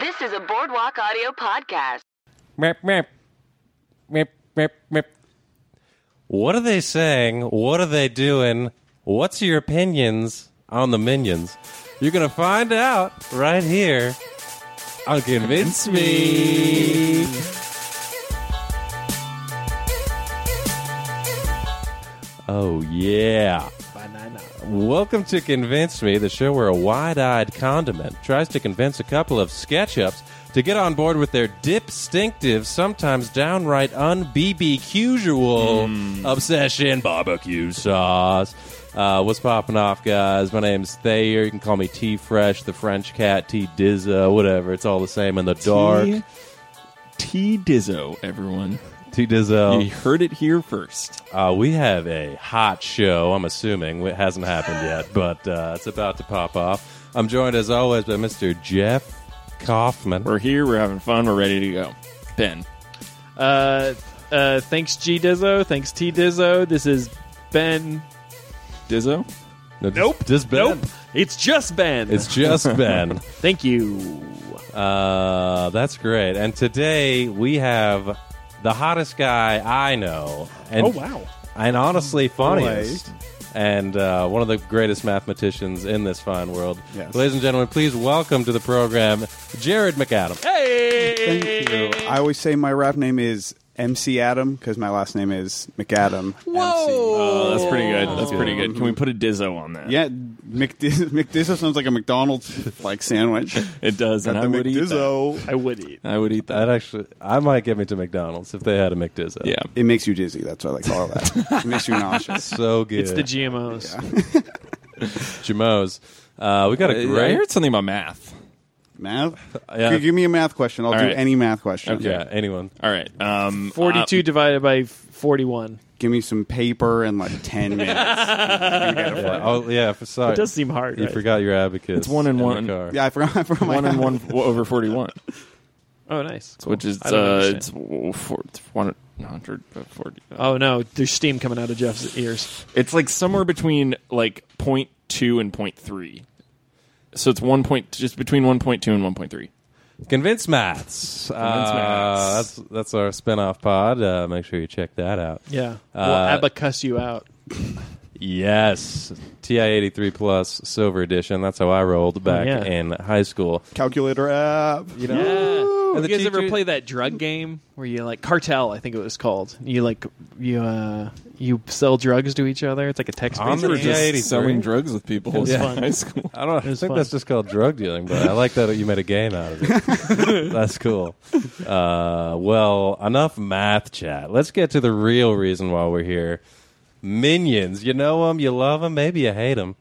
This is a Boardwalk Audio podcast. Mep, mep. Mep, mep, mep. What are they saying? What are they doing? What's your opinions on the minions? You're going to find out right here on Convince Me. Oh, yeah. Welcome to Convince Me, the show where a wide eyed condiment tries to convince a couple of sketch ups to get on board with their distinctive, sometimes downright un BBQ Hmm. obsession barbecue sauce. Uh, what's popping off, guys? My name's Thayer. You can call me T Fresh, the French cat, T Dizza, whatever. It's all the same in the dark. T- T Dizzo, everyone. T Dizzo. You heard it here first. Uh, we have a hot show, I'm assuming. It hasn't happened yet, but uh, it's about to pop off. I'm joined, as always, by Mr. Jeff Kaufman. We're here. We're having fun. We're ready to go. Ben, Uh, uh, thanks G Dizzo. Thanks T Dizzo. This is Ben. Dizzo, No, just- Just Ben. Nope. It's just Ben. It's just Ben. Thank you. Uh, that's great. And today we have the hottest guy I know. And, Oh, wow. And honestly, funniest. And uh, one of the greatest mathematicians in this fine world. Yes. Ladies and gentlemen, please welcome to the program Jared McAdam. Hey. Thank you. I always say my rap name is MC Adam because my last name is McAdam. Whoa! oh, that's pretty good. That's pretty good. Can we put a Dizzo on that? Yeah, McDizzo, McDizzo sounds like a McDonald's like sandwich. it does. And Got I the would eat that. McDizzo. I would eat. I would eat that. That actually, I might get me to McDonald's if they had a McDizzo. Yeah. It makes you dizzy. That's why they call it that. It makes you nauseous. so good. It's the GMOs. Jamos. Uh, we got a I great. heard something about math. Math? Yeah. Give- Give me a math question. I'll All do right. any math question. Yeah, anyone? All right. Um, Forty-two uh, divided by forty-one. Give me some paper and like 10 minutes. Yeah. Oh, yeah. For, sorry, It does seem hard. you right? forgot your abacus. It's one and in the one. car. yeah, I forgot, I forgot my one and one over forty-one, Oh, nice. which is I don't uh, understand. it's w- four- it's one hundred uh, forty. Oh no, there's steam coming out of Jeff's ears. It's like somewhere between like point two and point three. So it's one point, just between one point two and one point three. Convince Maths. Convince Maths. That's that's our spinoff pod. Uh, make sure you check that out. Yeah. we'll abacus you out. Yes, TI eighty three plus silver edition. That's how I rolled back yeah. in high school. calculator app. You know. Yeah. And You the guys ever teacher- play that drug game where you like cartel? I think it was called. You like you uh you sell drugs to each other. It's like a text. On the We're Yeah, 83. just selling drugs with people was in fun. high school. I don't I think fun. that's just called drug dealing, but I like that you made a game out of it. that's cool. Uh, well, enough math chat. Let's get to the real reason why we're here. Minions, you know them, you love them, maybe you hate them.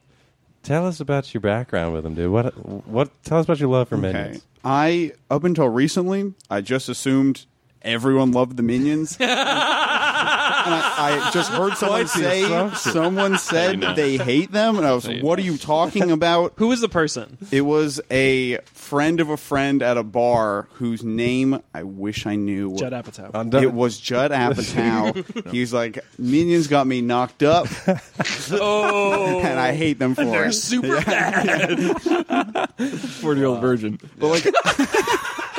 Tell us about your background with them, dude. What? What? Tell us about your love for Okay. minions. I up until recently, I just assumed everyone loved the Minions. and I, I just heard someone Quite the say assumption. someone said know. they hate them, and I was, you "What are you talking about?" Who was the person? It was a friend of a friend at a bar whose name I wish I knew. Judd Apatow. I'm done- It was Judd Apatow. He's like, Minions got me knocked up, oh, and I hate them for it. super bad. Forty-year-old virgin. But like,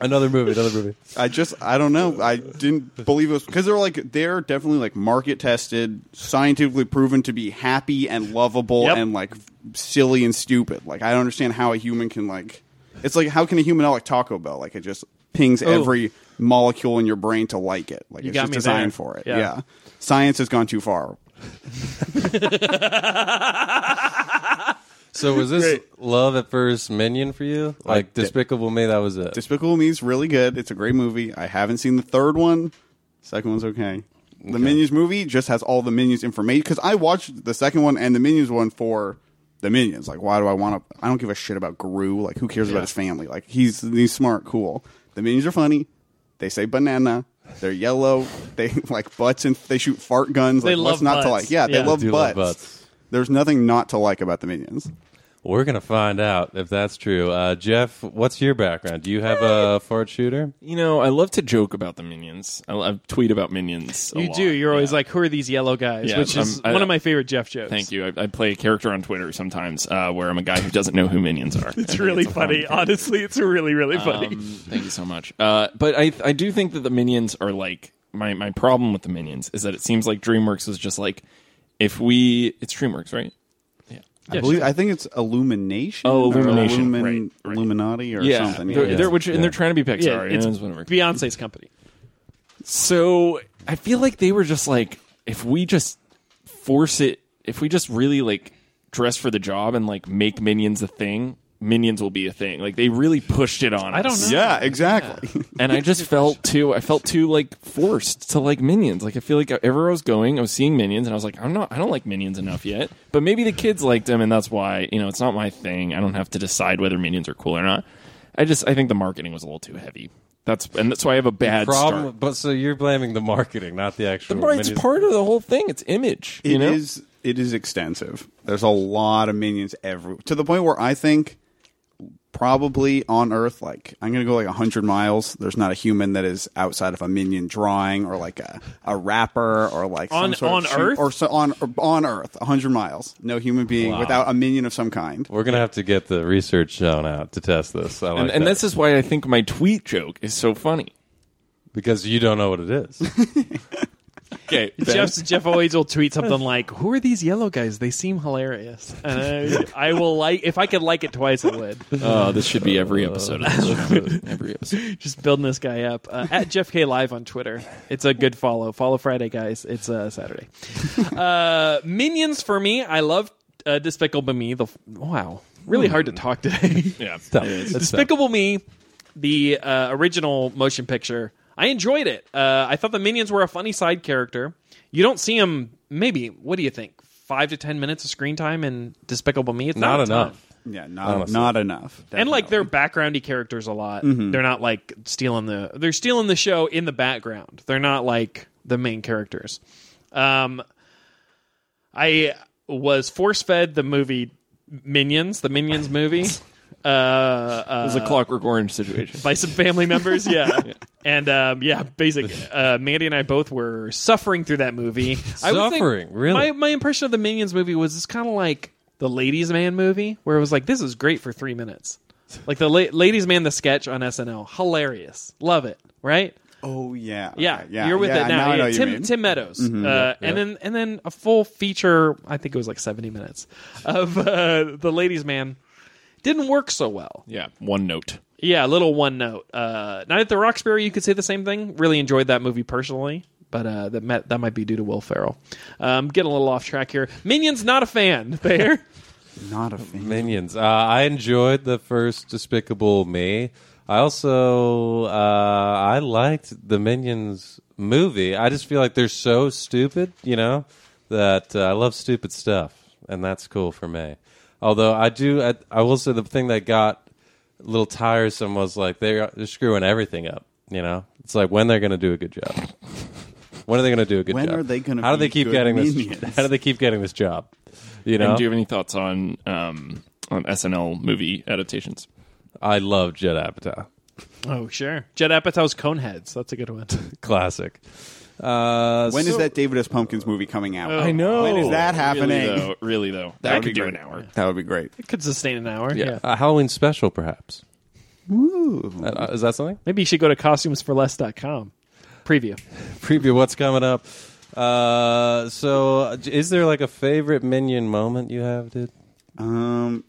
another movie. Another movie. I just I don't know. I didn't believe it was because they're like they're definitely like market tested, scientifically proven to be happy and lovable Yep. and like silly and stupid. Like I don't understand how a human can like. It's like how can a human not like Taco Bell? Like it just pings every molecule in your brain to like it. Like You it's got just me designed there. for it. Yeah. Yeah. science has gone too far. So was this love at first minion for you? Like did. Despicable Me? That was it. Despicable Me is really good. It's a great movie. I haven't seen the third one. Second one's okay. The Minions movie just has all the Minions information because I watched the second one and the Minions one for the Minions. Like, why do I want to? I don't give a shit about Gru. Like, who cares about his family? Like, he's he's smart, cool. The Minions are funny. They say banana. They're yellow. They like butts and they shoot fart guns. Like, They what's love not to butts. like? Yeah, Yeah. they love Do butts. love butts. There's nothing not to like about the Minions. We're gonna find out if that's true. Uh, Jeff, what's your background? Do you have a fart shooter? You know, I love to joke about the minions. I, I tweet about minions. a You lot. do. You're always Yeah. like, who are these yellow guys? Yeah, Which is I'm- I- one of my favorite Jeff jokes. Thank you. I, I play a character on Twitter sometimes uh, where I'm a guy who doesn't know who minions are. It's really funny. Honestly, it's really, really funny. Um, thank you so much. Uh, but I I do think that the minions are like my my problem with the minions is that it seems like DreamWorks was just like if we it's DreamWorks right I believe I think it's Illumination. Oh, or Illumination, Illumin- right, right. Illuminati or something. they're, yeah. they're- which and they're trying to be Pixar yeah, and it's it's whatever. Beyonce's company. So I feel like they were just like, if we just force it, if we just really like dress for the job and like make minions a thing, minions will be a thing. Like they really pushed it on. I don't know. Yeah, exactly. And I just felt too. I felt too like forced to like minions. Like I feel like everywhere I was going, I was seeing minions, and I was like, I'm not. I don't like minions enough yet. But maybe the kids liked them, and that's why you know it's not my thing. I don't have to decide whether minions are cool or not. I just I think the marketing was a little too heavy. That's and that's why I have a bad Problem, start. but so you're blaming the marketing, not the actual. Right, it's minions. part of the whole thing. It's image, It is. you know. it is extensive. There's a lot of minions every to the point where I think probably on Earth, like I'm gonna go like hundred miles. There's not a human that is outside of a minion drawing or like a, a rapper or like some On- sort on of shoot- Earth? or so on or on Earth, hundred miles. No human being without a minion of some kind. We're gonna have to get the research shown out to test this. I like and, and that. this is why I think my tweet joke is so funny. because you don't know what it is. Okay, Jeff, Jeff always will tweet something like, "Who are these yellow guys? They seem hilarious." And I, I will like if I could like it twice, I would. oh, this should be every episode. Of this show. every episode. Just building this guy up uh, at Jeff K Live on Twitter. It's a good follow. Follow Friday, guys. It's uh, Saturday. Uh, Minions for me. I love uh, Despicable Me. The wow, really hard to talk today. Yeah, Despicable Me, the uh, original motion picture. I enjoyed it. Uh, I thought the minions were a funny side character. You don't see them. Maybe what do you think? Five to ten minutes of screen time in Despicable Me. It's not, not a ton. enough. Yeah, not not enough. And like Definitely. they're backgroundy characters a lot. They're not like stealing the. They're stealing the show in the background. They're not like the main characters. Um, I was force fed the movie Minions, the Minions movie. Uh, uh, it's a Clockwork Orange situation. by some family members. Yeah. And um, yeah, basic. Uh, Mandy and I both were suffering through that movie. I would think- Suffering, really? My, my impression of the Minions movie was it's kind of like the Ladies Man movie, where it was like, this is great for three minutes. Like the la- Ladies Man, the sketch on SNL, hilarious, love it, right? oh yeah, Yeah, Okay, yeah. you're with yeah, it now. I know Yeah, what you Tim mean. Mm-hmm. Tim Meadows, uh, and then and then a full feature. I think it was like 70 minutes of uh, the Ladies Man didn't work so well. yeah, one note. Yeah, a little one note. Uh, Night at the Roxbury, you could say the same thing. Really enjoyed that movie personally, but uh, that met, that might be due to Will Ferrell. Um, getting a little off track here. Minions, not a fan there. not a fan. Minions. Uh, I enjoyed the first Despicable Me. I also uh, I liked the Minions movie. I just feel like they're so stupid, you know, that uh, I love stupid stuff, and that's cool for me. Although I do, I, I will say the thing that got a little tiresome was like they're, they're screwing everything up. You know, it's like when they're going to do a good job. When are they going to do a good When job? are they gonna How do be they keep good getting this? minions? How do they keep getting this job? You know, And do you have any thoughts on um, on SNL movie adaptations? I love Jed Apatow. oh sure, Jed Apatow's Coneheads. That's a good one. Classic. Uh, When is so- that David S. Pumpkins movie coming out? I know. When is that happening? Really though, really though, that, would could be do great. an hour. That would be great. It could sustain an hour. Yeah. A Halloween special, perhaps. Uh, is that something? Maybe you should go to costumesforless.com. Preview. Preview what's coming up. Uh, so, uh, is there like a favorite minion moment you have, dude? Um,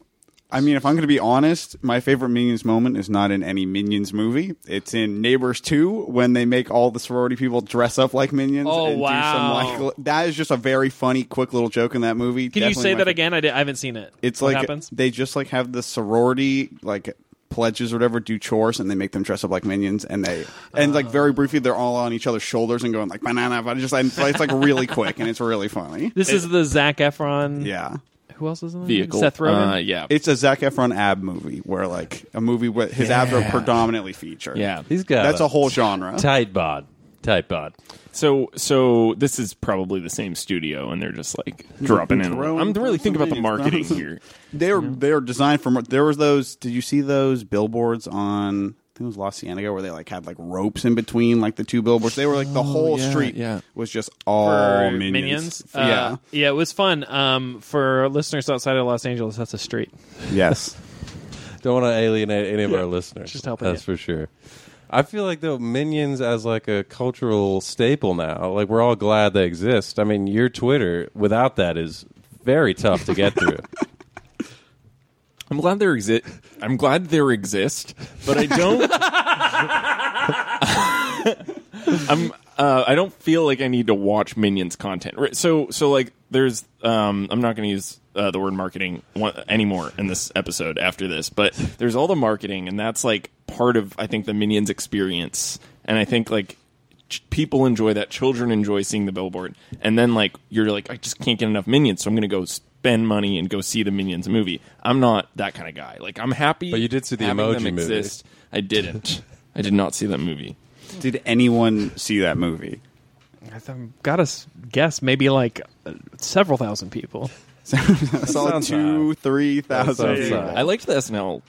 I mean, if I'm going to be honest, my favorite Minions moment is not in any Minions movie. It's in Neighbors 2 when they make all the sorority people dress up like Minions. Oh, and wow. Do some, like, li- that is just a very funny, quick little joke in that movie. Can Definitely you say my that fa- again? I, di- I haven't seen it. It's what like happens? they just like have the sorority like pledges or whatever do chores and they make them dress up like minions and they and Uh. like very briefly they're all on each other's shoulders and going like banana but just and it's like really quick and it's really funny This is the Zach Efron. yeah Who else is in the Vehicle. Seth Rogen. Uh, yeah. It's a Zac Efron ab movie where like a movie where his abs are predominantly featured. yeah. He's got that's a a whole genre. tight bod. type on. So so this is probably the same studio, and they're just like dropping in. Throwing I'm really thinking about the something. marketing here. They were they were designed for. There was those. Did you see those billboards on? I think it was La Cienega where they like had like ropes in between like the two billboards. They were like the whole Oh, yeah, street yeah. was just all for minions. minions. For- Uh, yeah, it was fun. Um, for listeners outside of Los Angeles, that's a street. yeah. Yes. Don't want to alienate any of our listeners. just helping That's you. for sure. I feel like though minions as like a cultural staple now. Like we're all glad they exist. I mean, your Twitter without that is very tough to get through. I'm glad there exist. I'm glad there exist, but I don't. I'm. Uh, I don't feel like I need to watch Minions content. Right, So so like there's. Um, I'm not going to use uh, the word marketing one, anymore in this episode after this, but there's all the marketing, and that's like part of I think the Minions experience, and I think like. ch- People enjoy that. Children enjoy seeing the billboard, and then like you're like, I just can't get enough minions, so I'm gonna go spend money and go see the Minions movie. I'm not that kind of guy. Like I'm happy, But you did see the having Emoji them movie. exist. I didn't. I did not see that movie. Did anyone see that movie? I th- got to guess maybe like uh, several thousand people. I saw sounds two, three thousand. sounds people. odd. I liked the SNL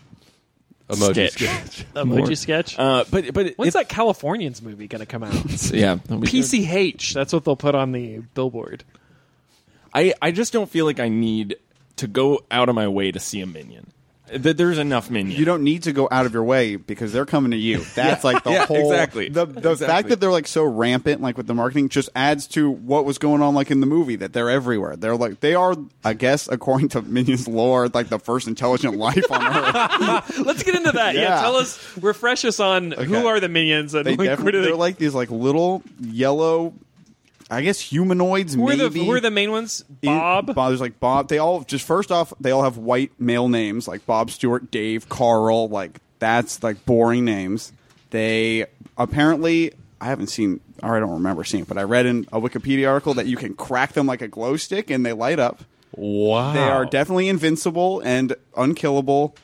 Emoji sketch. sketch. More. Emoji sketch. Uh, but but When's it's- that Californians movie going to come out? Yeah, that'll be good. PCH. That's what they'll put on the billboard. I I just don't feel like I need to go out of my way to see a minion. That there's enough minions. You don't need to go out of your way because they're coming to you. That's like the Yeah, whole exactly. the the Exactly. fact that they're like so rampant like with the marketing just adds to what was going on like in the movie that they're everywhere. They're like they are I guess according to Minions lore like the first intelligent life on earth. Let's get into that. yeah. Yeah. tell us, refresh us on Okay. who are the minions and They like, where definitely do they? they're like these like little yellow I guess humanoids who are maybe the who are the main ones? Bob. Bob. There's like Bob. They all just first off, they all have white male names like Bob Stewart, Dave, Carl. Like that's like boring names. They apparently I haven't seen or I don't remember seeing, it, but I read in a Wikipedia article that you can crack them like a glow stick and they light up. Wow. They are definitely invincible and unkillable.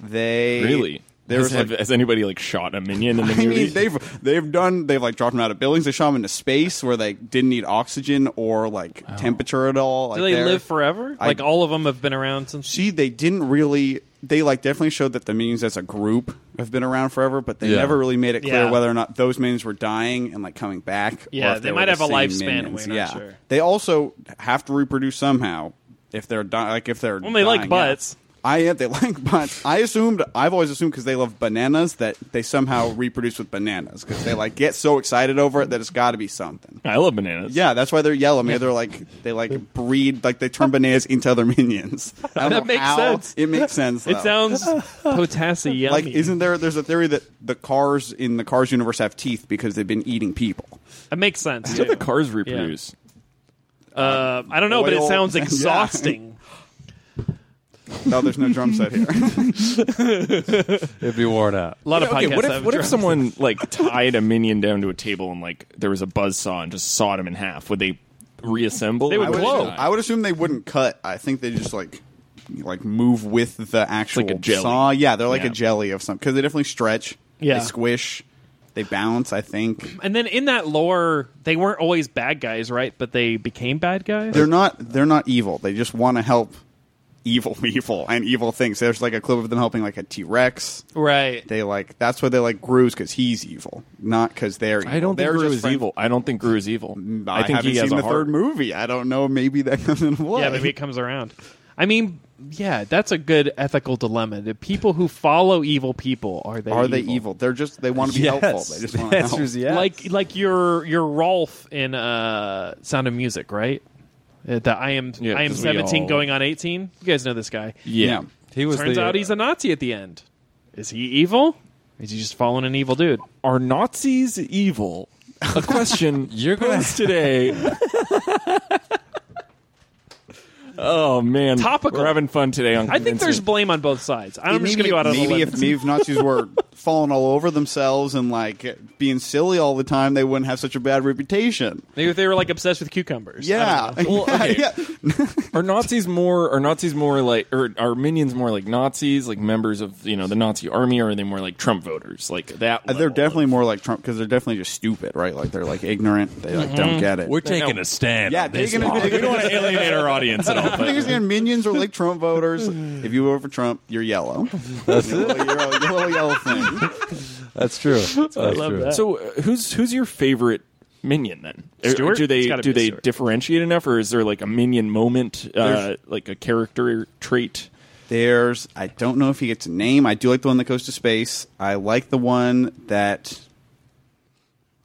They really. There's Has, have- like- has anybody like shot a minion in the I movie? mean, they've they've done they've like dropped them out of buildings. They shot them into space where they didn't need oxygen or like temperature at all. Like do they they're- live forever? I- like all of them have been around since. see they didn't really they like definitely showed that the minions as a group have been around forever but they Yeah. never really made it clear Yeah. whether or not those minions were dying and like coming back or Yeah, if they were might the have a same lifespan, minions. we're not yeah sure. they also have to reproduce somehow if they're di- like if they're Well, they like dying out. butts. I yeah, they like butts. I assumed I've always assumed because they love bananas that they somehow reproduce with bananas because they like get so excited over it that it's got to be something. I love bananas. Yeah, that's why they're yellow. Maybe they're like they like breed like they turn bananas into other minions. I don't That know makes how. sense. It makes sense. It though. sounds potassium. like isn't there? There's a theory that the cars in the Cars universe have teeth because they've been eating people. It makes sense. How do too. the cars reproduce? Uh, I don't know, but Oil. it sounds Yeah. exhausting. No, there's no drum set here. It'd be worn out. A lot of podcasts. okay, what if have what if drums. someone like tied a minion down to a table and like there was a buzz saw and just sawed him in half? Would they reassemble? They would I would, Whoa. assume, I would assume they wouldn't cut. I think they just like like move with the actual a jelly. saw. Yeah, they're like Yeah. a jelly of some because they definitely stretch. Yeah. they squish. They bounce. I think And then in that lore, they weren't always bad guys, right? But they became bad guys. they're not they're not evil. They just want to help evil people and evil things. There's like a clip of them helping like a T Rex. right. They like that's why they like Gru's because he's evil, not because they're. Evil. I don't think They're Gru just is friends. Mm, evil. I don't think Gru is evil. I, think haven't he has seen a the heart. third movie. I don't know. Maybe that comes into play. Yeah, maybe it comes around. I mean, yeah, that's a good ethical dilemma. The people who follow evil people are they? Are they evil? They're just they want to be helpful. They just want to help. Like like your your Rolf in uh, Sound of Music, right? Uh, The I am Yeah, I am 'cause we seventeen, all- going on eighteen. You guys know this guy. Yeah. He was Turns the, uh, out he's a Nazi at the end. Is he evil? Is he just following an evil dude? Are Nazis evil? A question You're gonna- posed today. oh man, Topical. We're having fun today. On I think there's convincing. blame on both sides. I'm just going to Maybe go out on if- a Maybe limb. if, maybe if Nazis were falling all over themselves and like being silly all the time, they wouldn't have such a bad reputation. Maybe if they were like obsessed with cucumbers. I Yeah. don't know. Well, Yeah, okay. yeah. Are Nazis more? Are Nazis more like? Or are minions more like Nazis, like members of you know the Nazi army, or are they more like Trump voters, like that? Uh, They're level of- definitely more like Trump because they're definitely just stupid, right? Like they're like ignorant. They like don't get it. We're taking a stand. Yeah, on this taking a- one. taking we a- don't want to alienate our audience at all. I think it's the minions are like Trump voters. If you vote for Trump, you're yellow. That's you're it. You're a yellow, yellow thing. That's true. That's love true. that. So uh, who's who's your favorite minion then? Or- or Stuart? Do they It's gotta do be they Stuart. differentiate enough, or is there like a minion moment, uh, There's- like a character trait? There's I don't know if he gets a name. I do like the one that goes to space. I like the one that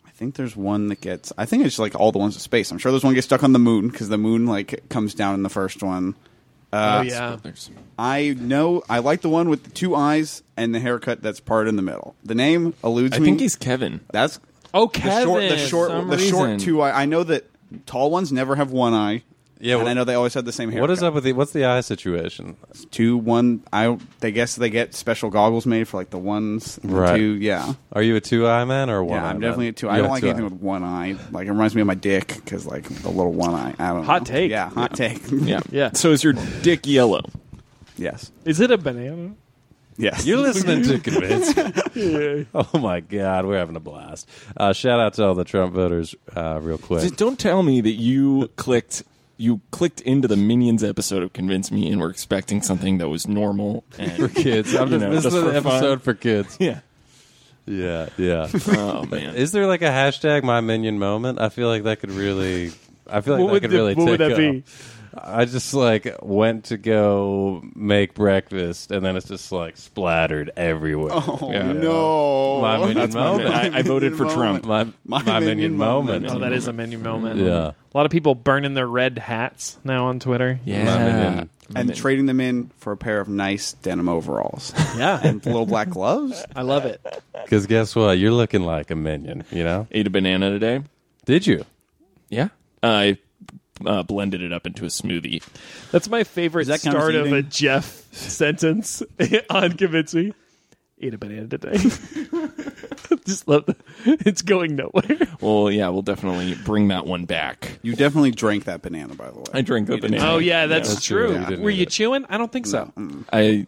I think there's one that gets I think it's like all the ones to space. I'm sure there's one gets stuck on the moon because the moon like comes down in the first one. oh yeah. I know I like the one with the two eyes and the haircut that's part in the middle. The name eludes I me. think he's Kevin. That's Oh, the short, the Kevin, short, some the reason. short two eye. I know that tall ones never have one eye. Yeah, and wh- I know they always had the same hair. What is up with the what's the eye situation? two one? I they guess they get special goggles made for like the ones, and the Right. Two, yeah, Are you a two eye man or a one? yeah. I'm definitely a two. I don't like anything with one eye. Like it reminds me of my dick because like the little one eye. I don't. Hot know. take. Yeah, hot take. Yeah, Yeah. So is your dick yellow? yes. Is it a banana? Yes. You're listening to Convince. Me. Oh my God, we're having a blast! Uh, shout out to all the Trump voters, uh, real quick. Just don't tell me that you clicked you clicked into the Minions episode of Convince Me and were expecting something that was normal. And, Kids, I'm You just know, this just is an for fun. episode for kids. yeah. Yeah, yeah. Oh man. Is there like a hashtag my minion moment? I feel like that could really. I feel like What that would could the- really. what take would that off. be? I just like went to go make breakfast, and then it's just like splattered everywhere. Oh, Yeah. no. My minion That's moment. minion I- I voted for moment. My my, My minion, minion moment. moment. Oh, that is a menu moment. Yeah. A lot of people burning their red hats now on Twitter. Yeah. minion. And trading them in for a pair of nice denim overalls Yeah. and little black gloves. I love it. Because guess what? You're looking like a minion. You know? Ate a banana today. Did you? Yeah. I uh, blended it up into a smoothie. That's my favorite Does that count as start of a eating? Jeff sentence on Convince Me. Eat a banana today. Just love that. It's going nowhere. Well, yeah, we'll definitely bring that one back. You definitely drank that banana, by the way. I drank the banana. Oh yeah, that's that's true. true. You didn't Were eat you it. chewing? I don't think so. I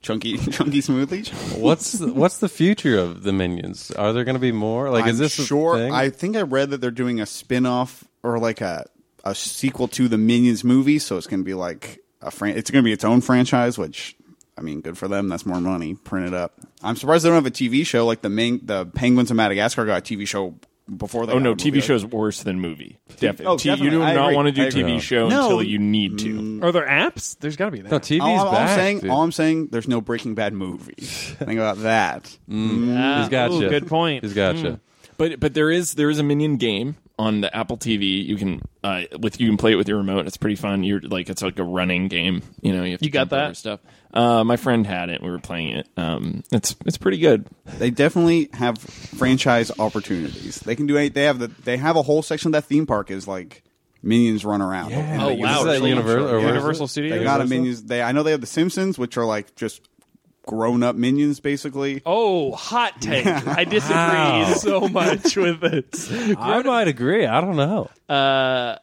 chunky, chunky smoothie. What's the, what's the future of the minions? Are there going to be more? Like, is I'm this a sure? thing? I think I read that they're doing a spin off or like a a sequel to the Minions movie, so it's going to be like a fran- It's going to be its own franchise, which. I mean, good for them. That's more money. Print it up. I'm surprised they don't have a TV show like the main, the Penguins of Madagascar got a TV show before. They Oh got no, a movie. TV show's worse than movie. Definitely. oh, You do definitely. I not agree. want to do I agree. TV show No. Mm. until you need to. Are there apps? There's got to be that. no, TV's All, all back. I'm saying, dude. all I'm saying, there's no Breaking Bad movie. Think about that. Ah, He's got ooh, you. Good point. Mm. He's got you. But but there is there is a minion game on the Apple TV. You can uh, with you can play it with your remote. It's pretty fun. You're like it's like a running game. You know you have to You got jump over that? stuff. Uh, my friend had it. We were playing it. Um, it's it's pretty good. They definitely have franchise opportunities. They can do any. They have the. They have a whole section of that theme park is like minions run around. Oh, Like, wow. Is that Really? Universal? Or Yeah. Universal Studios. They got a minions. They. I know they have the Simpsons, which are like just grown up minions, basically. Oh, hot take. I disagree Wow. so much with it. I might agree. I don't know. Uh,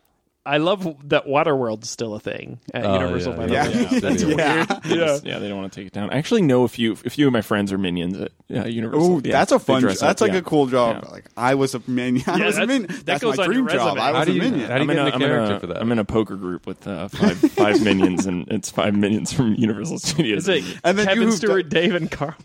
I love that Waterworld's still a thing at Oh, Universal. by the Oh, yeah. way. Yeah. That's weird. They just- yeah, they don't want to take it down. I actually know a few a few of my friends are minions at uh, Universal. Ooh, Yeah, that's a they fun. dress up, That's like yeah. a cool job. Yeah. Like I was a minion. I was a that's- minion. that That's goes my on your dream job. resume. I was How do a you- minion. how do you I'm in, get a, into I'm in a- character for that? I'm in a poker group with uh, five, five minions, and it's five minions from Universal Studios. Is it And then Kevin you've Stewart, Dave, and Carl?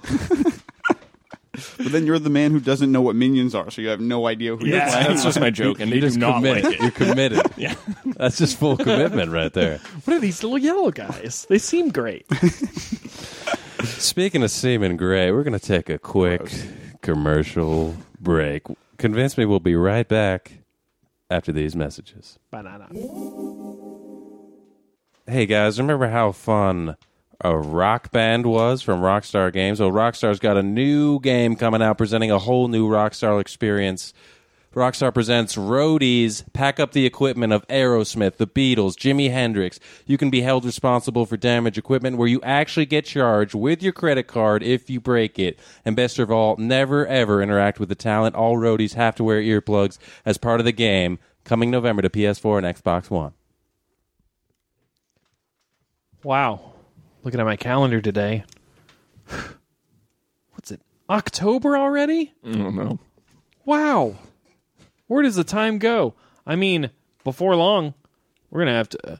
But then you're the man who doesn't know what minions are, so you have no idea who you're playing. that's just my joke, and they do Just not commit. like it. You're committed. Yeah. That's just full commitment right there. What are these little yellow guys? They seem great. Speaking of semen gray, we're going to take a quick commercial break. Convince me we'll be right back after these messages. Banana. Hey guys, remember how fun a rock band was from Rockstar Games? Well, Rockstar's got a new game coming out presenting a whole new Rockstar experience Rockstar presents Roadies. Pack up the equipment of Aerosmith, The Beatles, Jimi Hendrix. You can be held responsible for damaged equipment where you actually get charged with your credit card if you break it. And best of all, never ever interact with the talent. All roadies have to wear earplugs as part of the game. Coming November to PS4 and Xbox One. Wow. Looking at my calendar today. What's it? October already? I don't know. Wow. Where does the time go? I mean, before long, we're going to have to uh,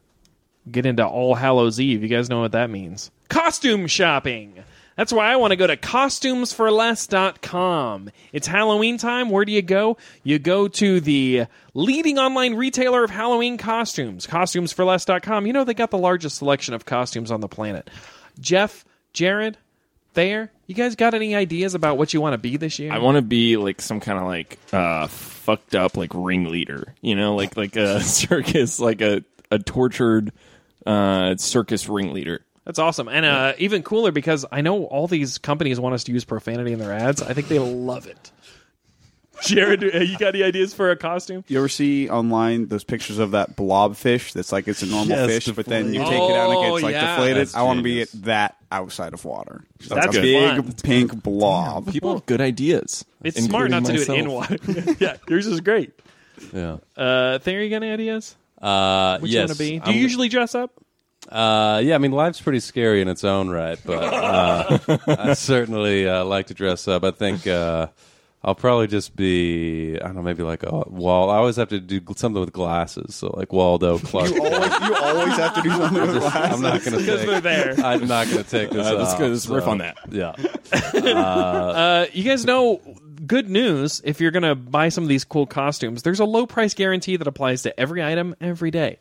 get into All Hallows Eve. You guys know what that means. Costume shopping. That's why I want to go to costumesforless.com. It's Halloween time. Where do you go? You go to the leading online retailer of Halloween costumes, costumesforless.com. You know, they got the largest selection of costumes on the planet. Jeff, Jared, there, you guys got any ideas about what you want to be this year? I want to be like some kind of like uh, fucked up like ringleader, you know, like like a circus, like a a tortured uh, circus ringleader. That's awesome. And uh, even cooler because I know all these companies want us to use profanity in their ads. I think they love it. Jared, uh, you got any ideas for a costume? You ever see online those pictures of that blobfish that's like it's a normal Yes, fish, but then you deflated. take it out and it gets Oh, like yeah. deflated? That's I want to be genius. at that outside of water. Just That's like a big good. pink blob. People have good ideas. It's smart not to do it in water. yeah, yours is great. Yeah. Uh, Thayer, you got any ideas? Uh, What you yes. want to be? Do I'm- you usually dress up? Uh, yeah, I mean, life's pretty scary in its own right, but uh, I certainly uh, like to dress up. I think uh, I'll probably just be, I don't know, maybe like a wall. I always have to do gl- something with glasses, so like Waldo Clark. You always, you always have to do something with glass. I'm not gonna Because they're take. there. I'm not gonna take this. Uh, let's off, go- let's riff so, on that. Yeah, Uh, you guys know, good news if you're going to buy some of these cool costumes, there's a low price guarantee that applies to every item every day.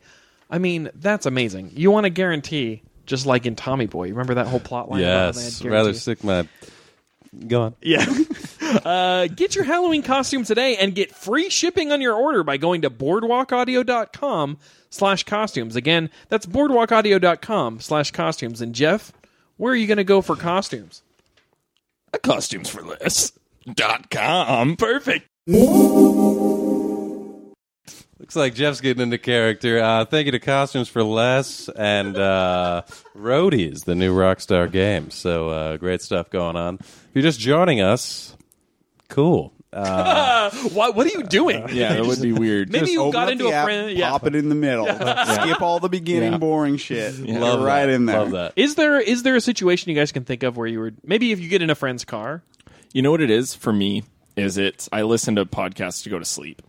I mean, that's amazing. You want to guarantee, just like in Tommy Boy. Remember that whole plot line? about when they had yes. Rather guarantees? stick my. Go on. Yeah. uh, get your Halloween costume today and get free shipping on your order by going to boardwalkaudio.com slash costumes. Again, that's boardwalkaudio.com slash costumes. And Jeff, where are you going to go for costumes? costumes for less dot com. Perfect. Looks like Jeff's getting into character. Uh, thank you to Costumes for Less and uh, Roadies, the new Rockstar game. So uh, great stuff going on. If you're just joining us, cool. Uh, What, what are you doing? Yeah, that would be weird. Maybe you Open got up into the a app, friend. Yeah. Pop it in the middle. Skip all the beginning Yeah. boring shit. You're love right that. in there. Love that. Is there is there a situation you guys can think of where you were maybe if you get in a friend's car? You know what it is for me is it's I listen to podcasts to go to sleep,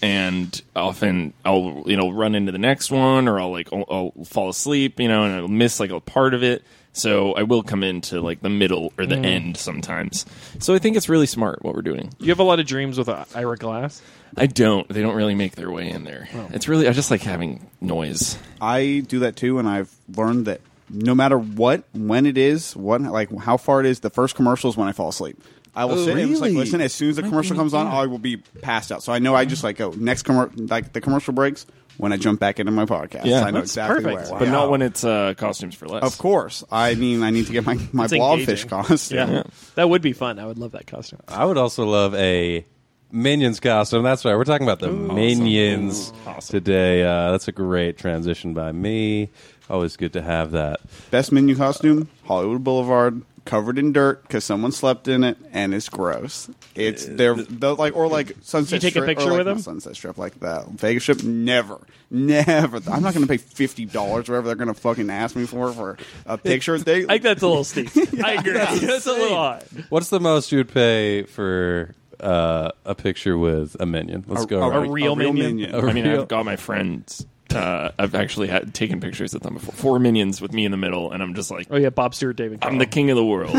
and often I'll you know run into the next one or I'll like I'll, I'll fall asleep you know and I'll miss like a part of it. So I will come into like the middle or the end sometimes. So I think it's really smart what we're doing. You have a lot of dreams with uh, Ira Glass. I don't. They don't really make their way in there. It's really I just like having noise. I do that too, and I've learned that no matter what, when it is, what like how far it is, the first commercial is when I fall asleep. I will sit and just like really? listen. As soon as the commercial comes on, I will be passed out. So I know I just like go next commercial, like the commercial breaks when I jump back into my podcast. Yeah. I know That's exactly perfect. where. But I not am. when it's uh, costumes for less. Of course, I mean I need to get my my It's blobfish engaging. costume. That would be fun. I would love that costume. I would also love a Minions costume. That's right. We're talking about the Minions today. Uh, that's a great transition by me. Always good to have that. Best menu costume: Hollywood Boulevard, covered in dirt because someone slept in it, and it's gross. It's they're, they're like or like Sunset. You take a Strip, or, picture like, with not them? Sunset Strip like that Vegas Strip. Never, never. I'm not going to pay fifty dollars whatever they're going to fucking ask me for for a picture. They I think that's a little steep. I agree. That's a little hot. What's the most you would pay for uh, a picture with a minion? Let's go. a, around. real, real minion? minion. I mean, I've got my friends. Uh, I've actually had taken pictures of them before. Four minions with me in the middle, and I'm just like, Oh yeah, Bob Stewart, David. I'm the king of the world.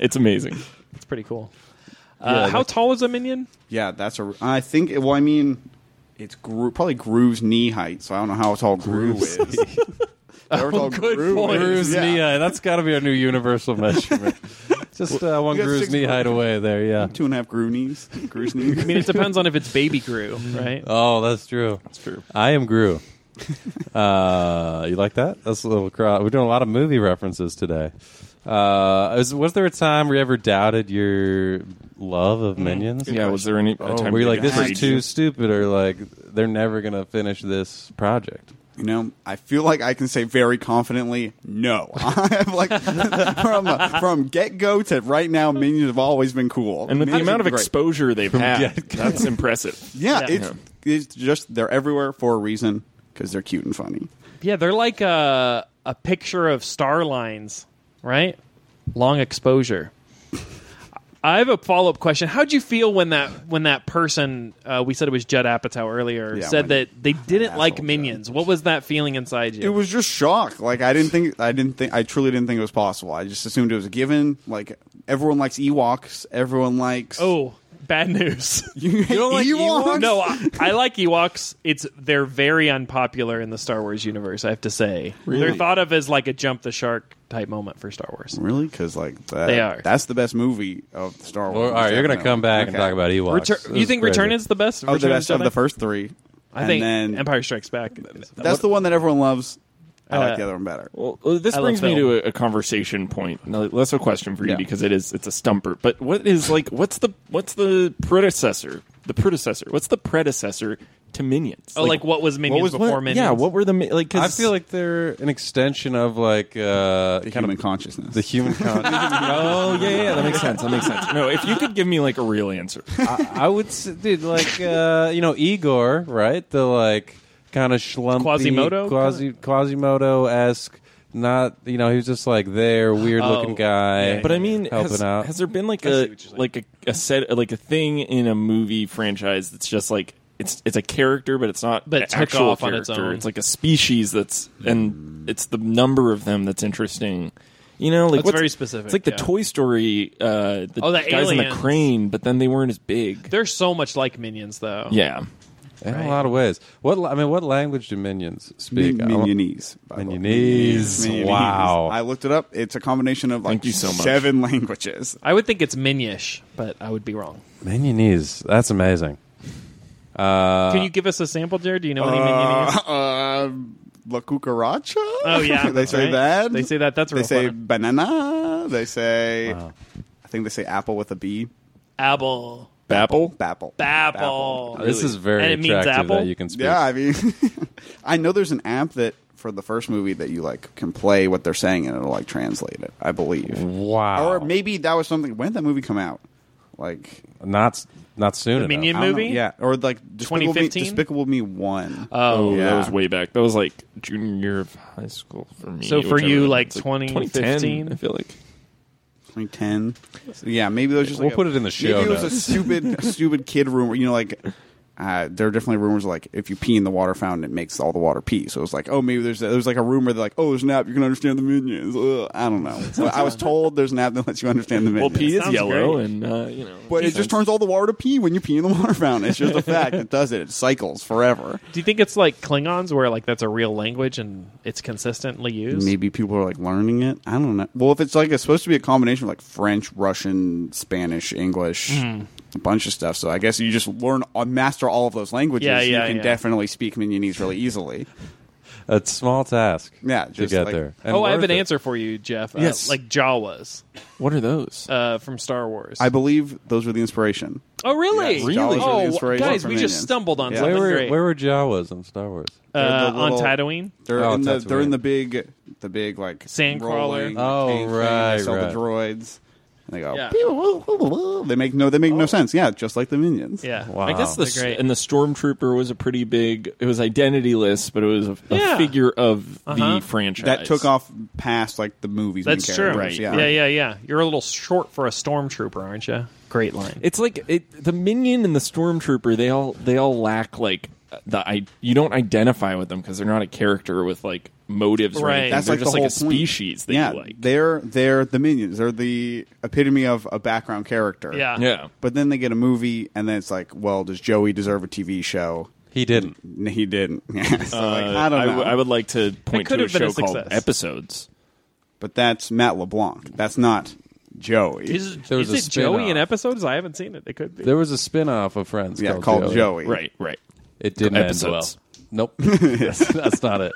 it's amazing. It's pretty cool. Uh, how tall is a minion? Yeah, that's a. I think. Well, I mean, it's gro- probably Groove's knee height, so I don't know how tall Groove is. However tall Oh, good Groove point. is, Groove's yeah. knee high. That's got to be our new universal measurement. Just uh, one You got Groove's six knee more. height away there, yeah. Two and a half Groove knees. Groove's I mean, knees. it depends on if it's baby grew, right? Oh, that's true. That's true. I am Groove. Uh, you like that? That's a little cross. We're doing a lot of movie references today. Uh, is, was there a time where you ever doubted your love Mm-hmm. of minions? Yeah, was there any a time Oh, Were you you like, got this is hyped? too stupid, or like, they're never going to finish this project? You know, I feel like I can say very confidently, no. I'm like from from get go to right now, minions have always been cool. And with the Minions amount are of great. exposure they've had, that's impressive. yeah, Yeah. It's, it's just they're everywhere for a reason because they're cute and funny. Yeah, they're like a a picture of star lines, right? Long exposure. I have a follow up question. How'd you feel when that when that person uh, we said it was Judd Apatow earlier Yeah, when- said that they didn't asshole like Judd. minions? What was that feeling inside you? It was just shock. Like I didn't think I didn't think I truly didn't think it was possible. I just assumed it was a given. Like everyone likes Ewoks. Everyone likes oh, bad news. you, don't like Ewoks. no, I, I like Ewoks. It's they're very unpopular in the Star Wars universe. I have to say, they're Really? thought of as like a jump the shark type moment for Star Wars. Really? Because like that, They are. That's the best movie of Star Or, Wars. all right, you're going to come back and Okay. talk about Ewoks. This Return, you is think crazy. Return is the best? of Oh, the Return of best of Jedi? the first three. I And think then Empire Strikes Back. That's the one that everyone loves. I Uh, like the other one better. Well, uh, this I love brings me Phil. to a, a conversation point, no, less a question for you Yeah. because it is it's a stumper. But what is like what's the what's the predecessor? The predecessor. What's the predecessor to Minions? oh, like, what was Minions was- before what- Minions? Yeah, what were the mi- like? 'cause- I feel like they're an extension of like uh, The kind human of consciousness. the human con. oh yeah, yeah, that makes sense. That makes sense. no. If you could give me like a real answer, I, I would, s- dude, like uh, you know Igor, right? The like kind of schlumpy Quasimodo? quasi Quasimodo esque. Not you know he was just like there, weird looking Oh. guy. but I mean, helping has, out. has there been like I see a what you're saying. like a, a set like a thing in a movie franchise that's just like it's it's a character, but it's not But an it took actual off on its character. own. It's like a species that's and it's the number of them that's interesting. You know, like That's what's- very specific, It's like yeah. the Toy Story, uh, the Oh, the guys in the aliens. crane, but then they weren't as big. They're so much like Minions, though. yeah, in right. a lot of ways. What la- I mean, what language do minions speak? Min- I uh, don't- Minionese. by the way. Minionese. Minionese. Wow. I looked it up. It's a combination of like Thank you so much. seven languages. I would think it's Minish, but I would be wrong. Minionese. That's amazing. Can you give us a sample, Jared? Do you know any Minion is? Uh, uh, La cucaracha? Oh, yeah, they say right. that. They say that. That's They real say fun. banana. They say. I think they say apple with a B. Apple. Babel. Bapple. Apple. This is very And it means attractive apple? that you can speak. Yeah, I mean, I know there's an app that for the first movie that you like can play what they're saying and it'll like translate it. I believe. Wow. Or maybe that was something. When did that movie come out? Like not not soon enough. Minion I don't know. movie? yeah, or like Despicable Me, 2015? Despicable Me One. Oh, yeah. that was way back. That was like junior year of high school for me. So for whichever you, it was. like, It's 2015? I feel like 2010. So, yeah, maybe those just We'll like put it in the show Maybe it was a notes. stupid, a stupid kid rumor. You know, like uh, there are definitely rumors like if you pee in the water fountain, it makes all the water pee. So it was like, oh, maybe there's there's like a rumor that like, oh, there's an app you can understand the minions. Ugh, I don't know. But I was told there's an app that lets you understand the well, minions. P is sounds yellow, great. and uh, you know, but it makes just sense. turns all the water to pee when you pee in the water fountain. It's just a fact. It does it. It cycles forever. Do you think it's like Klingons, where like that's a real language and it's consistently used? Maybe people are like learning it. I don't know. Well, if it's like it's supposed to be a combination of like French, Russian, Spanish, English, Mm-hmm. a bunch of stuff. So I guess you just learn, uh, master all of those languages. Yeah, yeah, you can yeah. definitely speak Minionese really easily. A small task. Yeah, to just get like- there. And Oh, I have worth an it. answer for you, Jeff. Uh, Yes. like Jawas What are those? uh, from Star Wars. I believe those were the inspiration. oh, really? Yes, Jawas were the Oh, inspiration guys, for we just Minions. stumbled on Yeah. something Where were great. where were Jawas in Star Wars? uh, They're the little- on Tatooine? They're Oh, in the that's they're in weird. the big the big like Sandcrawler. rolling Oh, cave thing. right, They sell right. the droids. And they go. Yeah. Oh. "Pew." They make no. They make no sense. Yeah, just like the minions. Yeah. Wow. I guess the They're great. and the stormtrooper was a pretty big. It was identityless, but it was a, a Yeah. figure of Uh-huh. the franchise that took off past like the movies. main That's true. characters. Yeah. yeah, yeah, You're a little short for a stormtrooper, aren't you? Great line. It's like it, the minion and the stormtrooper. They all they all lack like the I. You don't identify with them because they're not a character with like motives. Or Right. anything. That's they're like the just like a whole point. species that yeah, you like. they're they're the minions. They're the epitome of a background character. Yeah. yeah. But then they get a movie, and then it's like, well, does Joey deserve a TV show? He didn't. N- He didn't. so like, Uh, I don't know. w- I would like to point could to a have been show a called success. Episodes. but that's Matt LeBlanc. That's not Joey. Is, There was a is it Joey in spin-off. episodes? I haven't seen it. It could be. There was a spin off of Friends yeah, called, called Joey. Right, right. It didn't end well. Episodes. Nope, that's, that's not it.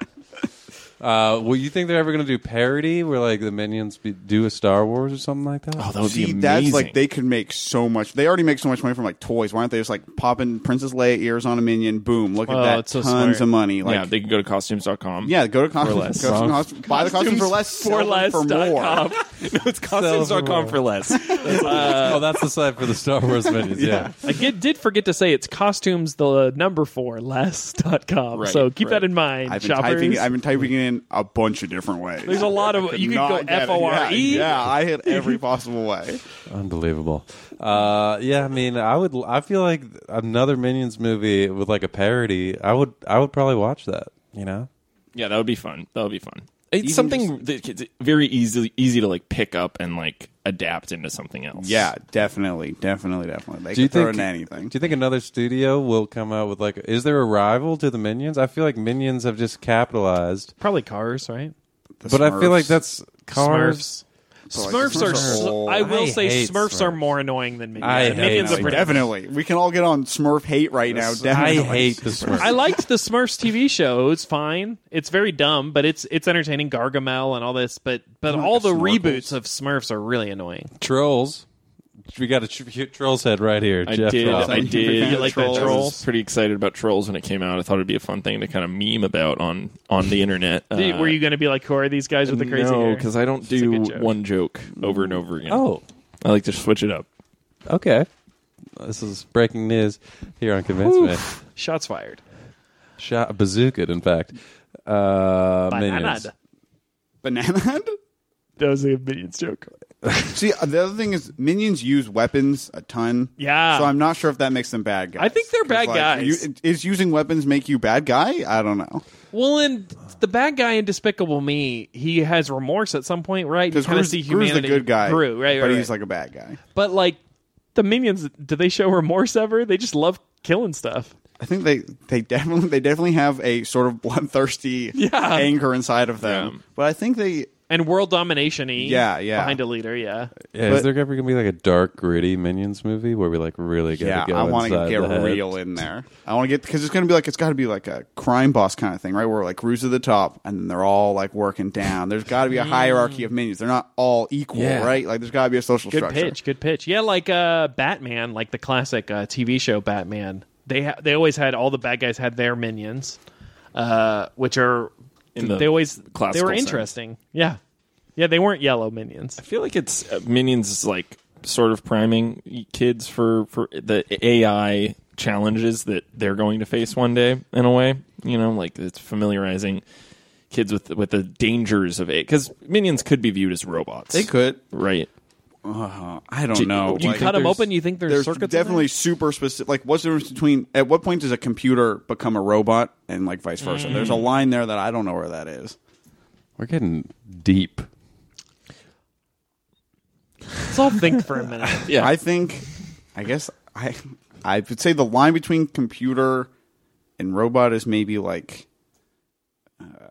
Uh, well, you think they're ever going to do parody where like the minions be, do a Star Wars or something like that? Oh, that would be See, amazing. that's like they could make so much. They already make so much money from like toys. Why don't they just like popping Princess Leia ears on a minion? Boom! Look at Oh, that. it's so Tons smart. of money. Like yeah, they can go to costumes.com. Yeah, go to costume, less. go to some costume- buy the costume for less, sell them for more. com. no, it's costumes.com for less. oh, that's the site for the Star Wars minions. Yeah, I get, did forget to say it's costumes the number four less.com. Right, so keep right. that in mind, I've been shoppers. typing. I've been typing it in a bunch of different ways. There's a lot of you can Not go get it. F O R E. Yeah, yeah, I hit every possible way. unbelievable. Uh, yeah, I mean, I would. I feel like another Minions movie with like a parody. I would. I would probably watch that. You know. yeah, that would be fun. That would be fun. It's something that it's very easy easy to like pick up and like adapt into something else. Yeah, definitely, definitely, definitely. They Do you could throw think in anything. Do you think another studio will come out with like? Is there a rival to the Minions? I feel like Minions have just capitalized, Probably cars, right? The but I feel Smurfs. like that's cars. Smurfs. like, Smurfs, are. Smurfs are sl- whole- I will I say hate Smurfs, are Smurfs. more annoying than minions. I And hate minions Smurfs. are pretty. definitely. We can all get on Smurf hate right now. Definitely. I hate the Smurfs. I liked the Smurfs TV show. It was fine. It's very dumb, but it's it's entertaining. Gargamel and all this, but but all the the snorkels. reboots of Smurfs are really annoying. trolls. We got a tr- troll's head right here. I Jeff did. Ross. I Like, did. you like that I was Trolls? pretty excited about trolls when it came out. I thought it'd be a fun thing to kind of meme about on on the internet. Uh, Were you going to be like, who are these guys with the crazy no, hair? because I don't a do good joke. one joke over and over again. Oh, I like to switch it up. okay. This is breaking news here on Convince Me. Shots fired. Shot bazooka, in fact. Uh, minions. Banana. Banana head. That was a minions joke. See, the other thing is minions use weapons a ton. Yeah. So I'm not sure if that makes them bad guys. I think they're 'Cause, bad like, guys. you- is using weapons make you bad guy? I don't know. Well, and the bad guy in Despicable Me, he has remorse at some point, right? You Because kind of Gru's, see Gru's the humanity. good guy, Gru, right, right, But right. he's like a bad guy. but like the minions, do they show remorse ever? They just love killing stuff. I think they they definitely they definitely have a sort of bloodthirsty Yeah. anger inside of them. But I think they And world domination y Yeah, yeah. behind a leader, yeah. Yeah, is But- there ever gonna be like a dark, gritty Minions movie where we like really gotta yeah. go I want to inside get the head? real in there. I want to get because it's going to be like it's got to be like a crime boss kind of thing, right? Where like Gru's at the top and then they're all like working down. There's got to be a hierarchy of minions. They're not all equal, Yeah. right? Like there's got to be a social Good structure. pitch, good pitch. Yeah, like uh, Batman, like the classic uh, TV show Batman. They ha- they always had all the bad guys had their minions, uh, which are In the they always they classical were sense. interesting. Yeah, yeah, they weren't yellow minions. I feel like it's uh, Minions is like sort of priming kids for for the AI challenges that they're going to face one day in a way. You know, like it's familiarizing kids with with the dangers of it because Minions could be viewed as robots. They could. right? Uh, I don't know. you Like, cut Cut them there's- open. You think there's, there's circuits? in definitely super specific. Like, what's the difference between at what point does a computer become a robot and like vice versa? There's Mm. a line there that I don't know where that is. We're getting deep. there? Let's all think for a minute. Yeah. I think, I guess I I would say the line between computer and robot is maybe like uh,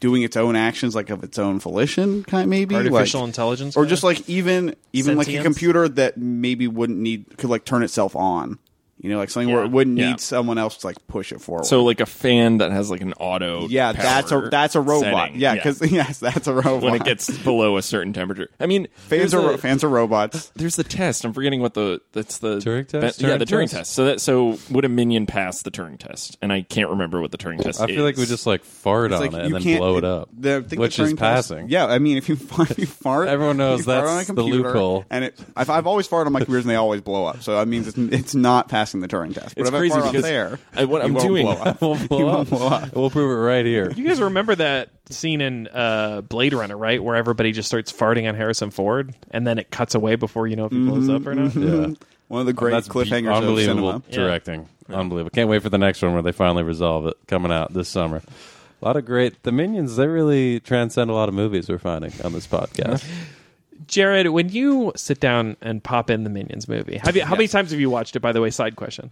doing its own actions, like of its own volition, kind of maybe like- Artificial intelligence, or kinda? just like even even like a Sentience? computer that maybe wouldn't need could like turn itself on. You know, like something where it wouldn't Yeah. need someone else to like push it forward. So like a fan that has like an auto. Yeah, that's a power that's a robot. setting. Yeah, because yes, that's a robot. when it gets below a certain temperature, I mean, fans there's are a- fans are robots. There's the test. I'm forgetting what the that's the Turing test? yeah, the Turing Turing test. test. So that so would a minion pass the Turing test? And I can't remember what the Turing test. I feel like we is. just like fart on It's like it you and then can't- blow it up, the- I think the which is Turing test- passing. Yeah, I mean, if you if you fart, Everyone knows you fart that's on the a computer, loophole. And it, I've, I've always farted on my computers, and they always blow up. So that means it's, it's not passing the Turing test. But It's if crazy I fart because on there, I- what it I'm won't doing- blow up. we'll blow up. blow up. We'll prove it right here. You guys remember that scene in uh, Blade Runner, right, where everybody just starts farting on Harrison Ford, and then it cuts away before you know if he blows up or Mm-hmm. not. Yeah. One of the great That's be- cliffhangers of unbelievable cinema. Yeah. directing. Unbelievable. Can't wait for the next one where they finally resolve it coming out this summer. A lot of great the minions. They really transcend a lot of movies we're finding on this podcast. Jared, when you sit down and pop in the Minions movie, have you? How many times have you watched it? By the way, side question.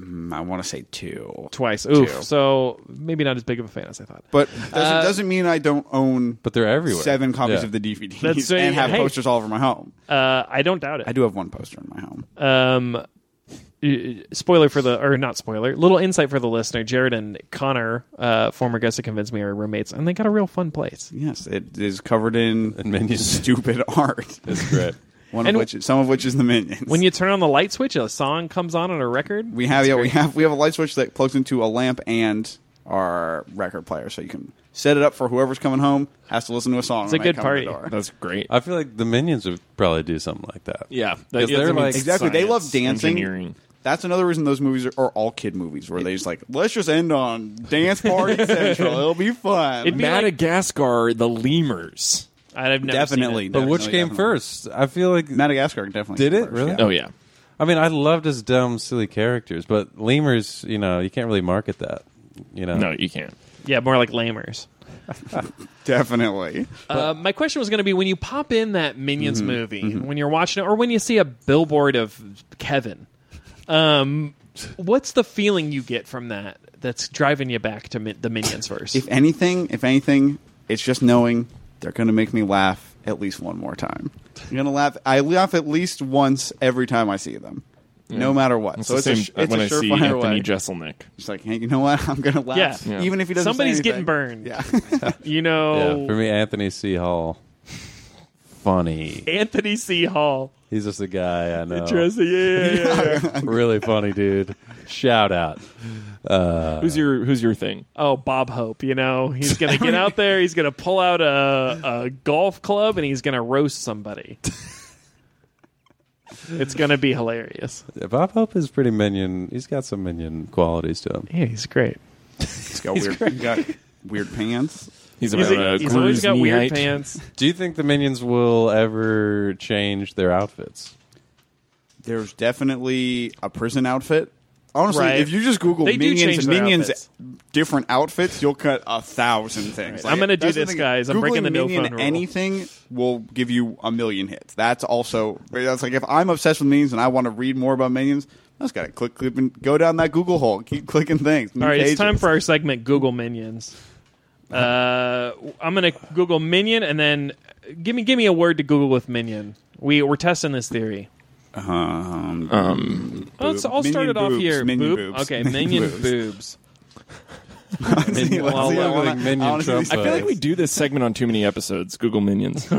Mm, I want to say two, Twice. Oof. So maybe not as big of a fan as I thought. but doesn't, uh, doesn't mean I don't own But they're everywhere. seven copies Yeah. of the DVDs That's right. and have Hey. posters all over my home. Uh, I don't doubt I it. do have one poster in my home. Um, uh, spoiler for the or not spoiler, little insight for the listener. Jared and Connor, uh, former guests that convinced me are roommates, and they got a real fun place. Yes, it is covered in Minions. stupid art. It's great. One of And- which, some of which is the minions. When you turn on the light switch, a song comes on on a record. we have yeah, we have we have a light switch that plugs into a lamp and our record player, so you can set it up for whoever's coming home has to listen to a song. It's a when they good come in the party. door. That's great. I feel like the minions would probably do something like that. yeah, Because yeah, they're I mean, like- it's Exactly. They love science, dancing. engineering. That's another reason those movies are, are all kid movies, where they just like let's just end on dance party central. It'll be fun. It'd be like- Madagascar, the lemurs. I've never definitely. Seen But definitely, which came definitely. first? I feel like Madagascar definitely Did came it? first, Really? yeah. Oh yeah, I mean, I loved his dumb, silly characters, but lemurs, you know, you can't really market that. You know, no, you can't. it. Yeah, more like lamers. Definitely. Uh, my question was going to be when you pop in that Mm-hmm. Minions movie, when you're watching it, or when you see a billboard of Kevin, um, what's the feeling you get from that that's driving you back to min- the Minions verse? If anything, if anything, it's just knowing they're going to make me laugh at least one more time. I'm going to laugh. I laugh at least once every time I see them, no matter what. It's so the it's same a, sh- it's when a I see surefire Anthony way. Jeselnik. Just like, hey, you know what? I'm going to laugh, Yeah. Yeah. even if he doesn't. say Somebody's getting anything. burned. Yeah, you yeah, know, for me, Anthony C. Hall, funny. Anthony C. Hall. He's just a guy I know. Interesting. Yeah, yeah, yeah. Really funny dude. Shout out. who's your Who's your thing? oh, Bob Hope. You know, he's going to get out there. He's going to pull out a, a golf club and he's going to roast somebody. it's going to be hilarious. Bob Hope is pretty minion. He's got some minion qualities to him. Yeah, he's great. he's got weird, he's got weird pants. He's He's, about a, he's always got weird Gruzniite. pants. Do you think the minions will ever change their outfits? There's definitely a prison outfit. Honestly, Right. if you just Google They do minions change their minions outfits. different outfits, you'll cut a thousand things. I'm gonna do that's the this, thing. guys. I'm Googling breaking the no minion phone rule. Anything will give you a million hits. That's also that's like if I'm obsessed with minions and I want to read more about minions, I just gotta click, click and go down that Google hole. Keep clicking things. All right, it's time for our segment Google Minions. Uh, I'm gonna Google Minion and then give me give me a word to Google with Minion. We we're testing this theory. Um, Oh, let's- I'll start Minion it off boobs. here. Minion Boob? boobs. Okay, Minion Minion boobs. boobs. see, well, let's see, well, I wanna- like minion I wanna see Trump, these I uh, things. feel like we do this segment on too many episodes. Google minions.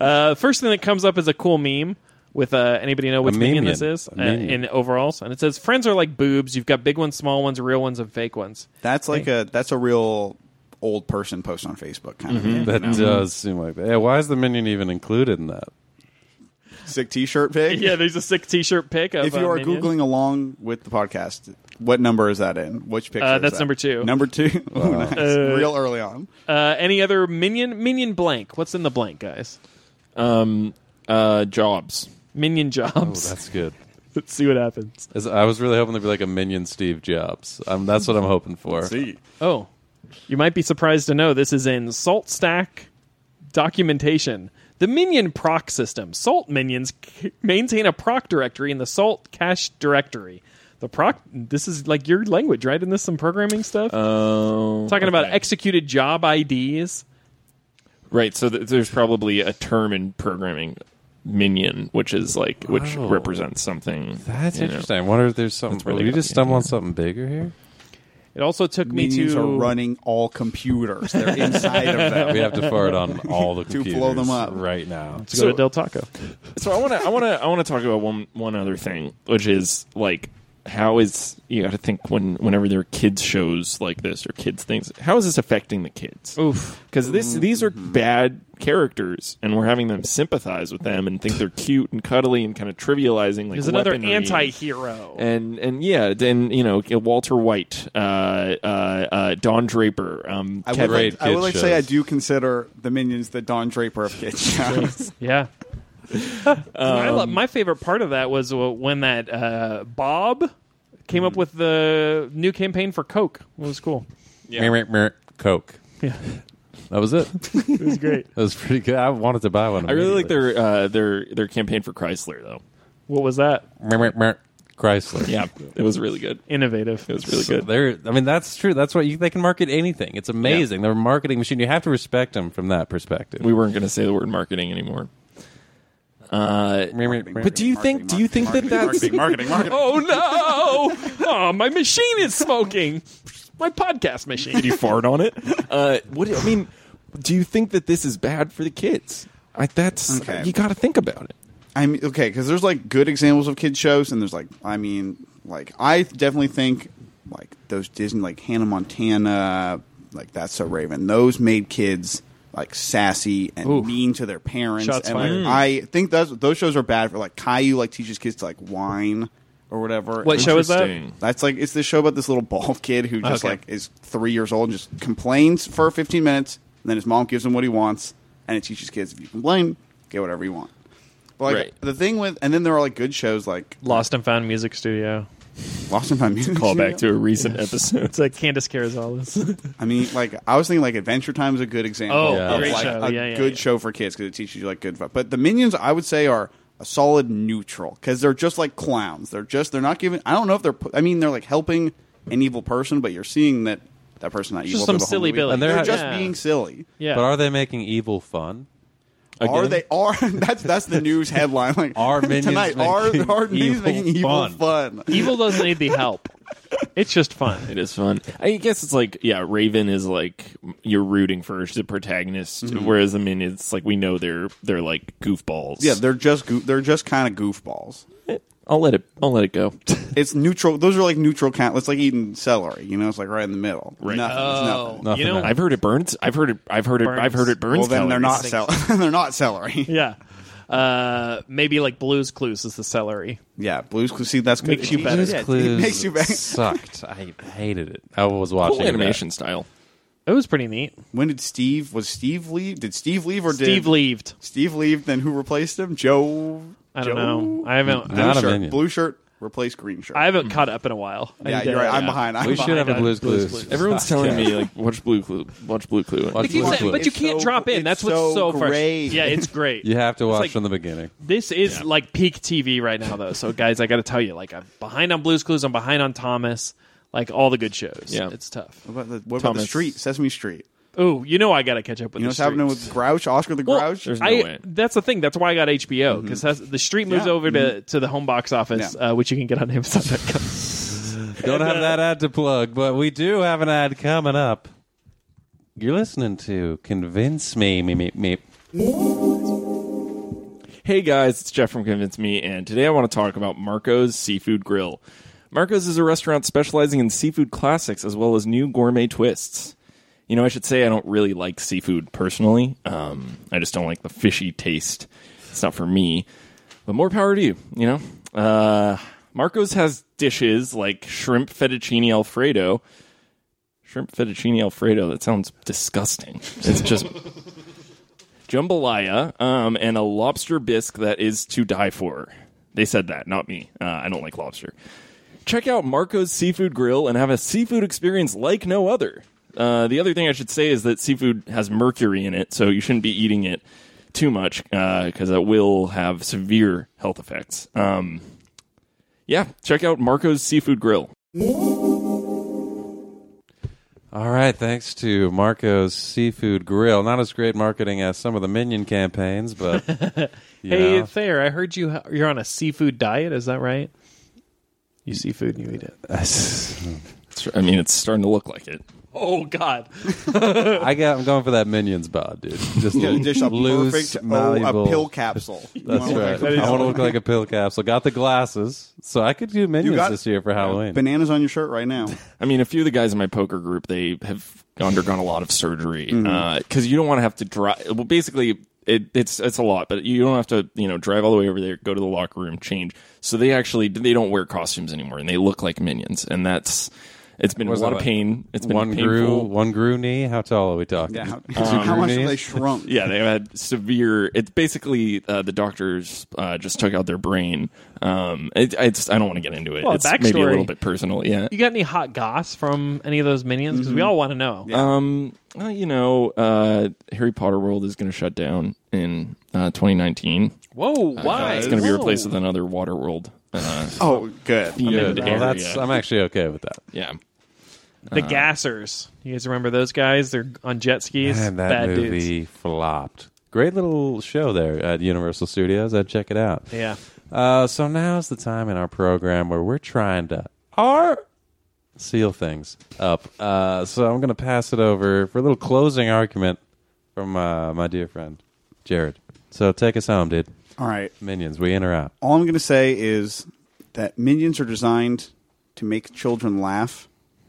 Uh, first thing that comes up is a cool meme with uh, anybody know which minion. minion this is A uh, minion. in overalls, and it says friends are like boobs. You've got big ones, small ones, real ones, and fake ones. That's like a that's a real old person post on Facebook kind Mm-hmm. of thing. That does seem like that. Yeah, why is the minion even included in that? sick T-shirt pic. Yeah, there's a sick T-shirt pic. Of, If you uh, are Minion. googling along with the podcast, what number is that in? Which picture? Uh, is that's that? number two. Number two. Ooh, nice. real early on. uh, any other minion minion blank? What's in the blank, guys? um, uh, jobs. Minion Oh, jobs. that's good. Let's see what happens. As- I was really hoping there'd be like a minion Steve Jobs. Um, that's what I'm hoping for. Oh, you might be surprised to know this is in Salt Stack documentation. The Minion proc system. Salt minions c- maintain a proc directory in the Salt cache directory. The proc. This is like your language, right? Isn't this some programming stuff? Oh, Talking about okay. executed job IDs. Right. So th- there's probably a term in programming, minion, which is like which Oh. Wow. represents something. That's you know. interesting. I wonder if there's something. That's did really we good just idea. stumble on something bigger here? It also took me Minions to are running all computers. They're inside of them. We have to forward on all the To blow computers them up. right now. to go to Del Taco. So I want to I want to I want to talk about one one other thing, which is like how is you got to think when whenever there are kids shows like this or kids things, how is this affecting the kids? Oof. Because this these are bad characters, and we're having them sympathize with them and think they're cute and cuddly and kind of trivializing like There's another weaponry. anti-hero. and and yeah, and you know Walter White, uh, uh, uh, Don Draper, um, I would, Kevin. like, Great I would kid like to say I shows. do consider the minions the Don Draper of kids shows. Yeah. I love, my favorite part of that was uh, when that uh, Bob came up with the new campaign for Coke. It was cool. Mer- mer- mer- Coke. Yeah, That was it. that it was great. was pretty good. I wanted to buy one. I really like immediately. their uh, their their campaign for Chrysler though. What was that? Mer- mer- mer- Chrysler. Yeah, it was really good. Innovative. It was really So good. they're, I mean, that's true. That's what you, they can market anything. It's amazing. They're a marketing machine. You have to respect them from that perspective. we weren't going to say the word marketing anymore. Uh, but do you think? Do you think that that's? marketing, marketing, marketing? Oh no! oh, my machine is smoking. My podcast machine. Did you fart on it? Uh, what do- I mean, do you think that this is bad for the kids? I, that's Okay. you got to think about it. I mean, okay, because there's like good examples of kid shows, and there's like, I mean, like I definitely think like those Disney, like Hannah Montana, like That's So Raven, those made kids like sassy and mean to their parents. Shots and like, fired. I think those those shows are bad for like Caillou, like teaches kids to like whine or whatever. What And show is that? Interesting. that's like it's this show about this little bald kid who just Okay. like is three years old and just complains for 15 minutes, and then his mom gives him what he wants, and it teaches kids if you complain, get whatever you want. But like Right. the thing with, and then there are like good shows like Lost and Found Music Studio. Lost in Time Music. Call back Studio. to a recent episode. It's like Candace Carrizales. I mean, like I was thinking like Adventure Time is a good example Oh, of great like show. a Yeah, yeah, good yeah. show for kids because it teaches you like good. vi- But the Minions, I would say, are a solid neutral because they're just like clowns. They're just they're not giving. I don't know if they're. pu- I mean, they're like helping an evil person, but you're seeing that that person not evil. through just some the whole silly movie. Billy. And they're They're Yeah. just being silly. Yeah. But are they making evil fun? Are Again? they are that's that's the news headline like Are minions tonight are making are minions evil making evil fun? Evil doesn't need the help. It's just fun. It is fun. I guess it's like yeah, Raven is like you're rooting for. She's a protagonist, Mm-hmm. whereas the minions like we know they're they're like goofballs. Yeah, they're just goo they're just kind of goofballs. I'll let it. I'll let it go. It's neutral. Those are like neutral kind. It's like eating celery. You know, it's like right in the middle. Right. Nothing. it's nothing. Nothing Oh, you know, else. I've heard it burns. I've heard it. I've heard it. Burns. I've heard it burns. Well, then they're not calories. cel- they're not celery. yeah. Uh, maybe like Blue's Clues is the celery. Yeah, Blue's Clues. See, that's good. Makes you It better. teaches- Blue's Yeah, it Clues makes you bad. sucked. I hated it. I was watching Cool that. animation style. It was pretty neat. When did Steve? Was Steve leave? Did Steve leave or Steve did leaved. Steve leave? Then who replaced him? Joe. I don't Joe? know. I haven't. Blue Not a shirt. minion. Blue shirt replaced green shirt. I haven't caught up in a while. I yeah, need to- you're right. I'm yeah. behind. I'm We should behind. have a Behind Blue's us, Blue's Clues. Clues. Everyone's telling me like watch Blue Clue. Watch Blue Clue. Watch You Blue said- Clue. but you It's can't so- drop in. That's it's what's so, so frustrating. great. Yeah, it's great. You have to watch like- from the beginning. This is like peak TV right now, though. So, guys, I got to tell you, like, I'm behind on Blue's Clues. I'm behind on Thomas. Like all the good shows. Yeah. it's tough. What about the, what about the Thomas. street? Sesame Street. Oh, you know I got to catch up with. You know the what's happening streets. with Grouch? Oscar the Grouch? there's- no I, way. That's the thing. That's why I got HBO because the street moves Mm-hmm. Yeah. Mm-hmm. over to, to the home box office, Yeah. uh, which you can get on Amazon.com. Don't have that ad to plug, but we do have an ad coming up. You're listening to Convince Me, me, me, me. Hey guys, it's Jeff from Convince Me, and today I want to talk about Marco's Seafood Grill. Marco's is a restaurant specializing in seafood classics as well as new gourmet twists. You know, I should say I don't really like seafood personally. Um, I just don't like the fishy taste. It's not for me. But more power to you, you know? Uh, Marco's has dishes like shrimp fettuccine alfredo. Shrimp fettuccine alfredo, that sounds disgusting. It's just jambalaya, um, and a lobster bisque that is to die for. They said that, not me. Uh, I don't like lobster. Check out Marco's Seafood Grill and have a seafood experience like no other. Uh, the other thing I should say is that seafood has mercury in it, so you shouldn't be eating it too much because it will have severe health effects. Um, yeah, check out Marco's Seafood Grill. All right, thanks to Marco's Seafood Grill. Not as great marketing as some of the Minion campaigns, but you Hey know. Thayer, I heard you you're on a seafood diet. Is that right? You see food and you eat it. It's- I mean, it's starting to look like it. Oh God! I got, I'm going for that Minions bod, dude. Just Yeah, dish a loose, perfect malleable. oh, a pill capsule. You That's wanna look right. like a I pill. want to look like a pill capsule. Got the glasses, so I could do Minions got- this year for Halloween. Bananas on your shirt right now. I mean, a few of the guys in my poker group they have undergone a lot of surgery Mm-hmm. because you don't want to have to drive. Well, basically, it, it's it's a lot, but you don't have to you know drive all the way over there, go to the locker room, change. So they actually they don't wear costumes anymore, and they look like minions, and that's it's been What's a lot that of like? pain. It's been one painful. grew, one grew knee. How tall are we talking? Yeah. How, how much have Rooney. they shrunk? Yeah, they had severe. It's basically uh, the doctors uh, just took out their brain. Um, it, it's I don't want to get into it. Well, it's maybe a backstory. little bit personal. Yeah, You got any hot goss from any of those minions? Mm-hmm. Because we all want to know. Um, well, you know, uh, Harry Potter World is going to shut down in uh, 2019. Whoa! Why? It's going to be Whoa. replaced with another Water World. Uh, Oh, good. themed Good. Well, area. that's, uh, I'm actually okay with that. yeah. the Gassers. You guys remember those guys? They're on jet skis. And that Bad movie dudes. flopped. Great little show there at Universal Studios. I'd check it out. Yeah. Uh, so now's the time in our program where we're trying to ar- seal things up. Uh, so I'm going to pass it over for a little closing argument from uh, my dear friend Jared. So take us home, dude. All right. Minions, we in or out? All I'm going to say is that minions are designed to make children laugh,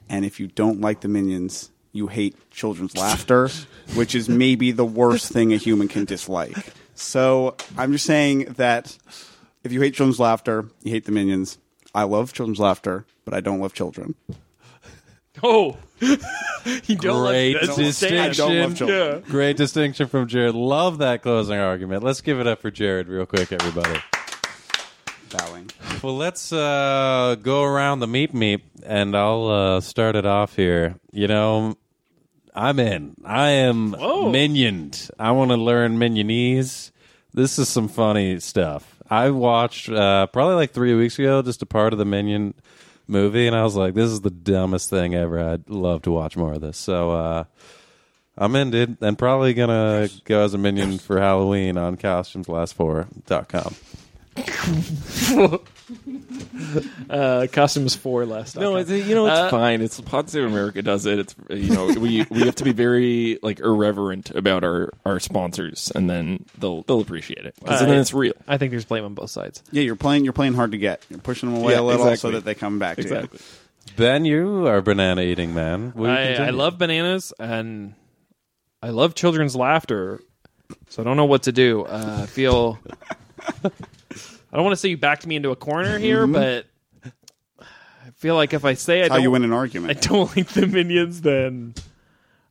and if you don't like the minions, you hate children's laughter, which is maybe the worst thing a human can dislike. So I'm just saying that if you hate children's laughter, you hate the minions. I love children's laughter, but I don't love children. Oh, you don't Great let, that's I distinction. don't love children. Great distinction from Jared. Love that closing argument. Let's give it up for Jared real quick, everybody. Bowing. Well, let's uh, go around the meep meep, and I'll uh, start it off here. You know, I'm in. I am minioned. I want to learn minionese. This is some funny stuff. I watched uh, probably like three weeks ago just a part of the Minion movie, and I was like, "This is the dumbest thing ever." I'd love to watch more of this. So uh, I'm in, dude, and probably gonna go as a minion for Halloween on costumeslast4.com. Uh, costumes for last. No, Okay. it's, you know it's Uh, fine. It's Positive America does it. It's you know we we have to be very like irreverent about our our sponsors, and then they'll they'll appreciate it 'Cause Uh, then yeah. it's real. I think there's blame on both sides. Yeah, you're playing. You're playing hard to get. You're pushing them away Yeah, a little exactly. so that they come back to you. Ben, you are a banana eating man. Will you I, I continue? love bananas and I love children's laughter. So I don't know what to do. Uh, I feel I don't want to say you backed me into a corner here, Mm-hmm. but I feel like if I say I How don't, you win an I argument? don't like the minions, then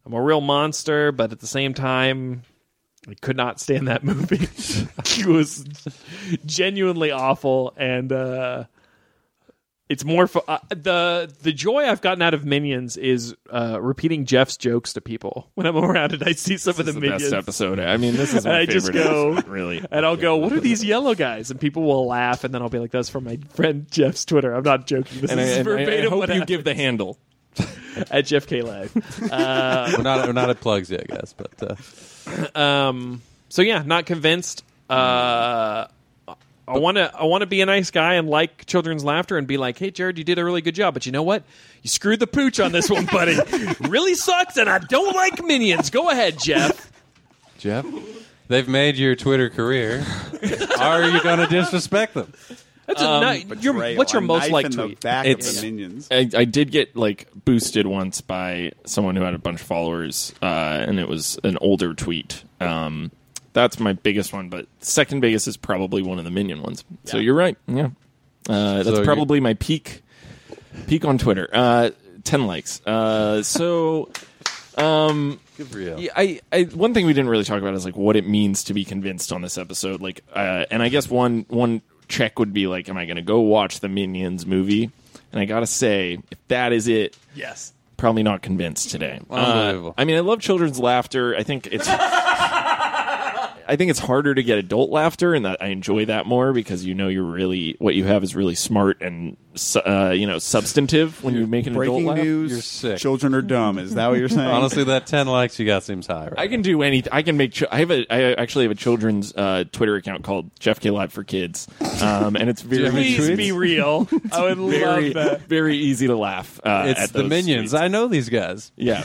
I'm a real monster. But at the same time, I could not stand that movie. it was genuinely awful, and uh, it's more fu- uh, the the joy I've gotten out of minions is uh, repeating Jeff's jokes to people when I'm around and I see some of the, It's the minions. best episode. I mean, this is my I favorite just go- episode, really, And I'll go, what are these yellow guys? And people will laugh, and then I'll be like, that's from my friend Jeff's Twitter. I'm not joking. This And I, is and I- I verbatim hope what you happened give the handle. at Jeff K. Live. we're not we're not at plugs yet, guys. But uh, Um, so yeah, not convinced. Uh, I want to I want to be a nice guy and like children's laughter and be like, "Hey Jared, you did a really good job, but you know what? You screwed the pooch on this one, buddy. really sucks and I don't like minions. Go ahead, Jeff." Jeff, they've made your Twitter career. Are you going to disrespect them? That's a ni- your- Ray, what's your a most knife liked in the tweet? back It's- of the minions. I, I did get like boosted once by someone who had a bunch of followers, uh, and it was an older tweet. Um, that's my biggest one, but second biggest is probably one of the minion ones. So you're right. Yeah, uh, that's So you- probably my peak peak on Twitter. Uh, Ten likes. Uh, so. Um, yeah, I, I one thing we didn't really talk about is like what it means to be convinced on this episode. Like, uh, and I guess one one check would be like, am I going to go watch the Minions movie? And I gotta say, if that is it, Yes. probably not convinced today. Uh, Unbelievable. I mean, I love children's laughter. I think it's. I think it's harder to get adult laughter, and that I enjoy that more because you know you're really what you have is really smart and su- uh, you know substantive when you make an adult Breaking laugh. news: You're sick. Children are dumb. Is that what you're saying? Honestly, that ten likes you got seems high. Right? I can do anything. I can make. Ch- I have a. I actually have a children's uh, Twitter account called Jeff K Live for Kids, um, and it's very Please Please Tweets? be real. I would very love that. very easy to laugh. Uh, it's at the those minions. tweets. I know these guys. yeah,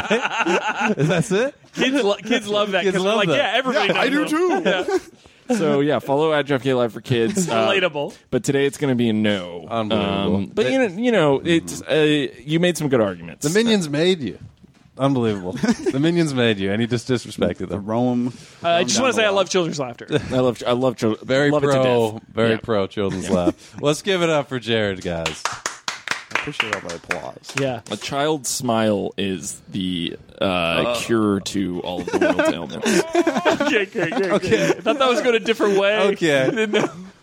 That's it. Kids, lo- kids love that Kids because they're love like, that. yeah, everybody. I do knows them. too. Yeah. so yeah, follow at Jeff K Live for Kids. Uh, Relatable. But today it's going to be a no. Um, Unbelievable. but you know, you know, it's uh, you made some good arguments. The minions made you. Unbelievable. the minions made you, and you just disrespected The them. Rome. Uh, I just want to say I love children's laughter. I love I love chil- Very love It to pro, death. very Yeah. pro children's laugh. Let's give it up for Jared, guys. Appreciate all the applause. Yeah. A child's smile is the uh, cure to all of the world's ailments. Okay, okay, okay, okay. I thought that was going a different way. Okay.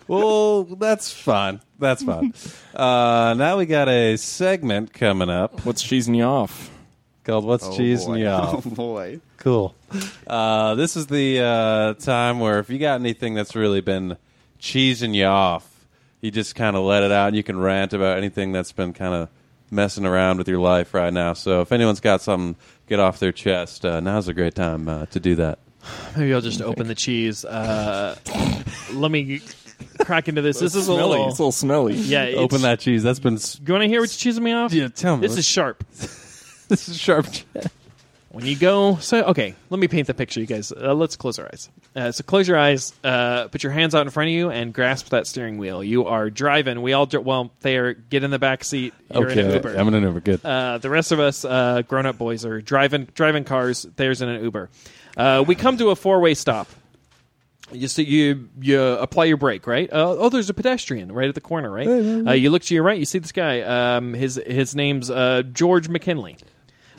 Well, that's fun. That's fun. Uh, now we got a segment coming up What's cheesing you off? called "What's Oh, Cheese boy. and Y'all." Oh boy. Cool. Uh, this is the uh, time where if you got anything that's really been cheesing you off, you just kind of let it out and you can rant about anything that's been kind of messing around with your life right now. So if anyone's got something get off their chest. Uh, now's a great time uh, to do that. Maybe I'll just open the cheese. Uh, let me crack into this. This is a smelly. little. It's a little smelly. yeah, Open it's- that cheese. That's been s- You want to hear what's cheesing me off? Yeah, tell me. This is sharp. this is sharp. when you go so okay let me paint the picture you guys uh, let's close our eyes uh, so close your eyes uh, put your hands out in front of you and grasp that steering wheel you are driving we all dri- well there get in the back seat you're in an okay, uber I'm in an Uber. Good. uh, the rest of us uh, grown-up boys are driving driving cars there's in an uber uh, we come to a four-way stop you see you you apply your brake right uh, oh there's a pedestrian right at the corner right uh, you look to your right you see this guy um, his his name's uh, george mckinley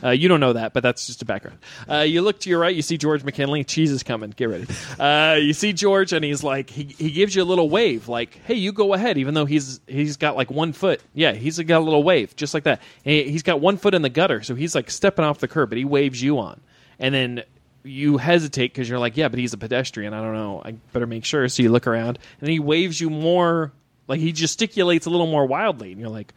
uh, you don't know that, but that's just a background. Uh, you look to your right, you see George McKinley. Cheese is coming. Get ready. Uh, you see George, and he's like, he, he gives you a little wave, like, "Hey, you go ahead." Even though he's he's got like one foot, yeah, he's got a little wave, just like that. He, he's got one foot in the gutter, so he's like stepping off the curb, but he waves you on, and then you hesitate because you're like, "Yeah, but he's a pedestrian. I don't know. I better make sure." So you look around, and he waves you more, like he gesticulates a little more wildly, and you're like.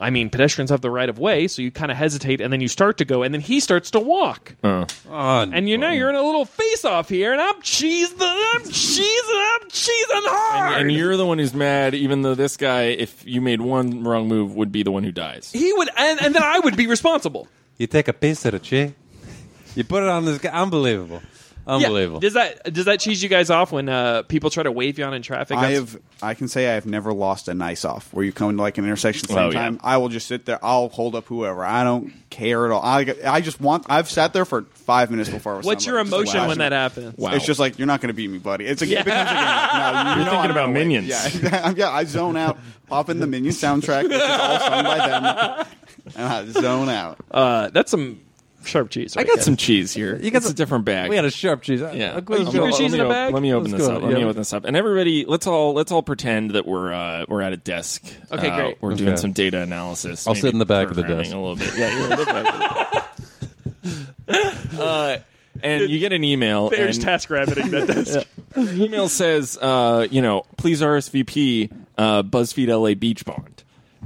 I mean, pedestrians have the right of way, so you kind of hesitate, and then you start to go, and then he starts to walk, Uh. and you know you're in a little face-off here, and I'm cheesing, I'm cheesing, I'm cheesing hard. And you're the one who's mad, even though this guy, if you made one wrong move, would be the one who dies. he would, and, and then I would be responsible. You take a piece of the cheese. You put it on this guy. Unbelievable. Yeah. Unbelievable. Does that does that cheese you guys off when uh, people try to wave you on in traffic? I That's- have. I can say I have never lost a nice off where you come to like an intersection at the same Oh, yeah. time. I will just sit there. I'll hold up whoever. I don't care at all. I, I just want. I've sat there for five minutes before. with What's your somebody, just emotion when flashing. that happens? Wow. It's just like you're not going to beat me, buddy. It's a, it becomes a game. No, you know thinking I'm about gonna win. Minions. Yeah, yeah. I zone out. Pop in the Minions soundtrack, which is all sung by them, and I zone out. Uh, that's some sharp cheese. I right got there. some cheese here. You got got a some- different bag. We had a sharp cheese. I- yeah. I couldn't- you put cheese in a op- bag? let me open Let's this go. up. Let Yeah. me open this up. And everybody, let's all let's all pretend that we're uh, we're at a desk. Okay, Uh, great. We're doing Okay. some data analysis. I'll sit maybe in the back of the programming desk. a little bit. Yeah, you're in the back. uh, and you get an email. There's and- task rabbiting that does. email says, uh, you know, please RSVP uh, BuzzFeed LA Beach Bond.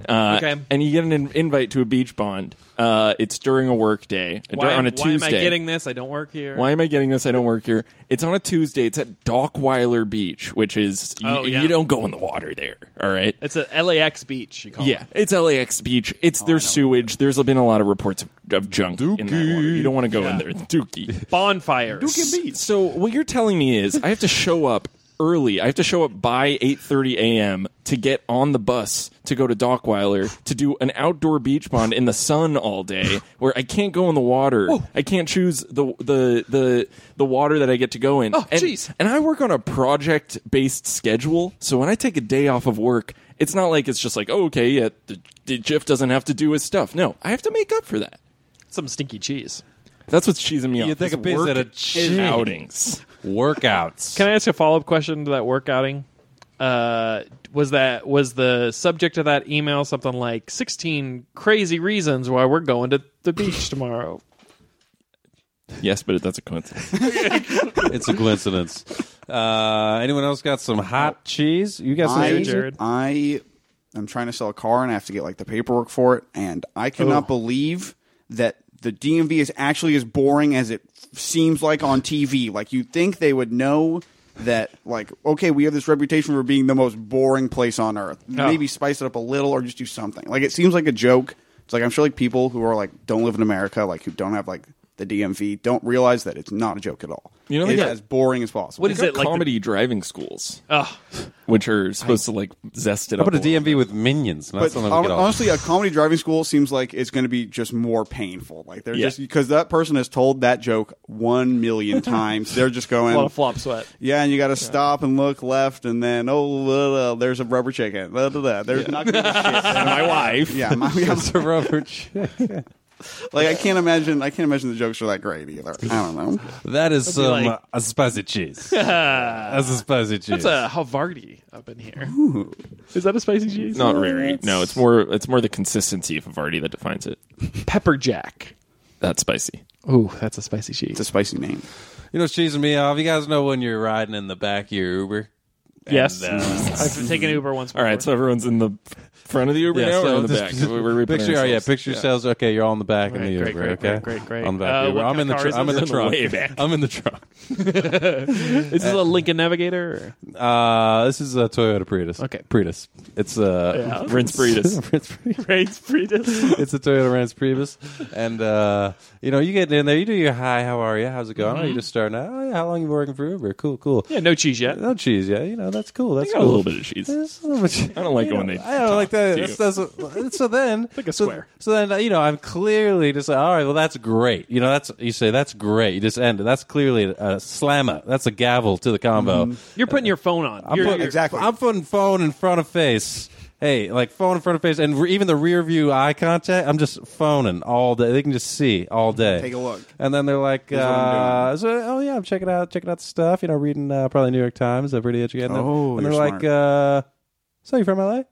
Uh, Okay. And you get an in- invite to a beach bond. Uh, it's during a work day, Uh, Why, on a why Tuesday. am I getting this? I don't work here. Why am I getting this? I don't work here. It's on a Tuesday. It's at Dockweiler Beach, which is you, Oh, yeah. you don't go in the water there. All right. It's Oh, a LAX beach. You call Yeah, it's LAX beach. It's there's sewage. There's been a lot of reports of, of junk in that water. You don't want to go in there. Dookie. it. bonfire. So what you're telling me is I have to show up early. I have to show up by 8:30 a.m. to get on the bus to go to Dockweiler to do an outdoor beach bond in the sun all day where I can't go in the water. I can't choose the the the the water that I get to go in. Oh, and, jeez. and I work on a project-based schedule, so when I take a day off of work, it's not like it's just like, oh, okay, yeah, the, the Jeff doesn't have to do his stuff. No, I have to make up for that. Some stinky cheese. That's what's cheesing me off. take This a piece work out of cheese. outings. Workouts. Can I ask a follow up question to that work outing? Uh, was that was the subject of that email something like sixteen crazy reasons why we're going to the beach tomorrow? Yes, but that's a coincidence. it's a coincidence. Uh, anyone else got some hot cheese? You got some I, cheese? Jared. I am trying to sell a car and I have to get like the paperwork for it, and I Oh. cannot believe that the DMV is actually as boring as it seems like on TV. Like you think they would know that like okay we have this reputation for being the most boring place on earth maybe spice it up a little or just do something like it seems like a joke it's like i'm sure like people who are like don't live in america like who don't have like the dmv don't realize that it's not a joke at all You know, they it's got- as boring as possible What is They've it got like? comedy driving schools, Oh, which are supposed to like zest it How up. about a a little. DMV with minions? Not But something we hon- could all- honestly, a comedy driving school seems like it's going to be just more painful. Like they're Yeah. just because that person has told that joke one million times. They're just a going, lot of flop sweat. yeah, and you got to stop and look left, and then oh, la, la, there's a rubber chicken. La, la, la. There's not going to be shit. my wife. Yeah, my, yeah, It's a rubber chick. like I can't imagine. I can't imagine the jokes are that great either. I don't know. That is some like- uh, a spicy cheese. That's a spicy cheese. It's a Havarti up in here. Is that a spicy cheese? Not really. No, it's more. It's more the consistency of Vardy that defines it. pepper jack. That's spicy. Ooh, that's a spicy cheese. It's a spicy name. you know, what's cheesing me off. You guys know when you're riding in the back of your Uber Yes, And, uh, I've taken Uber once. Before. All right, so everyone's in the front of the Uber yeah, now so or in the this- back? We're- we're repeating picture, oh, yeah, ourselves. picture yourselves. Okay, you're all in the back in Right, the great, Uber. great, okay, great, great, great. On the back Uh, Uber. what I'm kind in the of tr- car I'm in is the this? trunk. Way back. I'm in the trunk. Is this a Lincoln Navigator? Or? Uh, this is a Toyota Prius. Okay. Prius. It's uh, Yeah. Rinse Breedus. Prince Prius. Raids Prius. it's a Toyota Rams Prius, and uh, you know you get in there, you do your hi, how are you, how's it going? Oh, you just starting out. Oh, yeah, how long you been working for Uber? Cool, cool. Mm-hmm. Yeah, no cheese yet. No cheese, yeah. You know that's cool. That's got a cool. little bit of cheese. There's a little bit- I don't like you it when know, they I don't like talk that. to you. That's, that's- so then, Like a so- square. So, then, uh, you know, I'm clearly just like, all right. Well, that's great. You know, that's you say that's great. You just end it. That's clearly a, a slammer. That's a gavel to the combo. Mm-hmm. You're putting your phone on. I'm You're- putting, you're- exactly. I'm putting phone in front of face. Hey, like phone in front of face, and re- even the rear view eye contact. I'm just phoning all day. They can just see all day. Take a look. and then they're like, what I'm uh, so, "Oh yeah, I'm checking out checking out the stuff. You know, reading uh, probably New York Times. I'm pretty educated." And then- Oh, and they're you're like, uh, "So you from LA?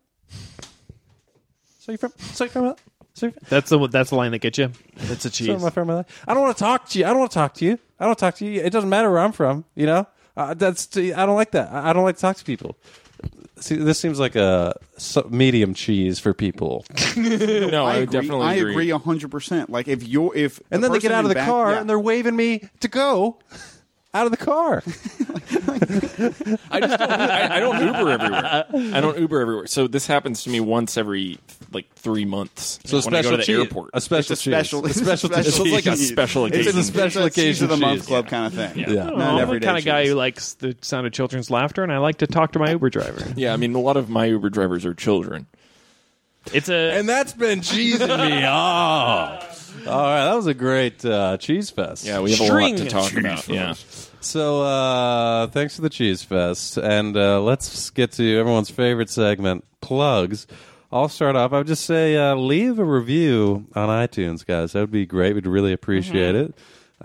So you from? So you from? LA? So you from, That's the that's the line that gets you. It's so a cheese. my friend, my life. I don't want to talk to you. I don't want to talk to you. I don't talk to you. It doesn't matter where I'm from. You know, uh, that's t- I don't like that. I I don't like to talk to people. See, this seems like a so- medium cheese for people. No, I, I, would agree. definitely I agree. agree hundred percent. Like if you're if And then they get out of the car and they're waving me to go out of the car. I just don't, I, I don't Uber everywhere. I don't Uber everywhere. So this happens to me once every like three months. So when I go to the cheese, airport. a special it's a special, cheese, it's a special, cheese. cheese. It's like a special It's occasion. a It's a special cheese of the occasion month cheese. club kind of thing. Yeah. Yeah. Not I'm the everyday kind of guy cheese. who likes the sound of children's laughter, and I like to talk to my Uber driver. yeah, I mean, a lot of my Uber drivers are children. It's a And that's been cheesing me off. All right, that was a great uh, cheese fest. Yeah, we have String a lot to talk about. Yeah, So uh, thanks for the cheese fest, and uh, let's get to everyone's favorite segment, plugs. I'll start off. I would just say uh, leave a review on iTunes, guys. That would be great. We'd really appreciate Mm-hmm.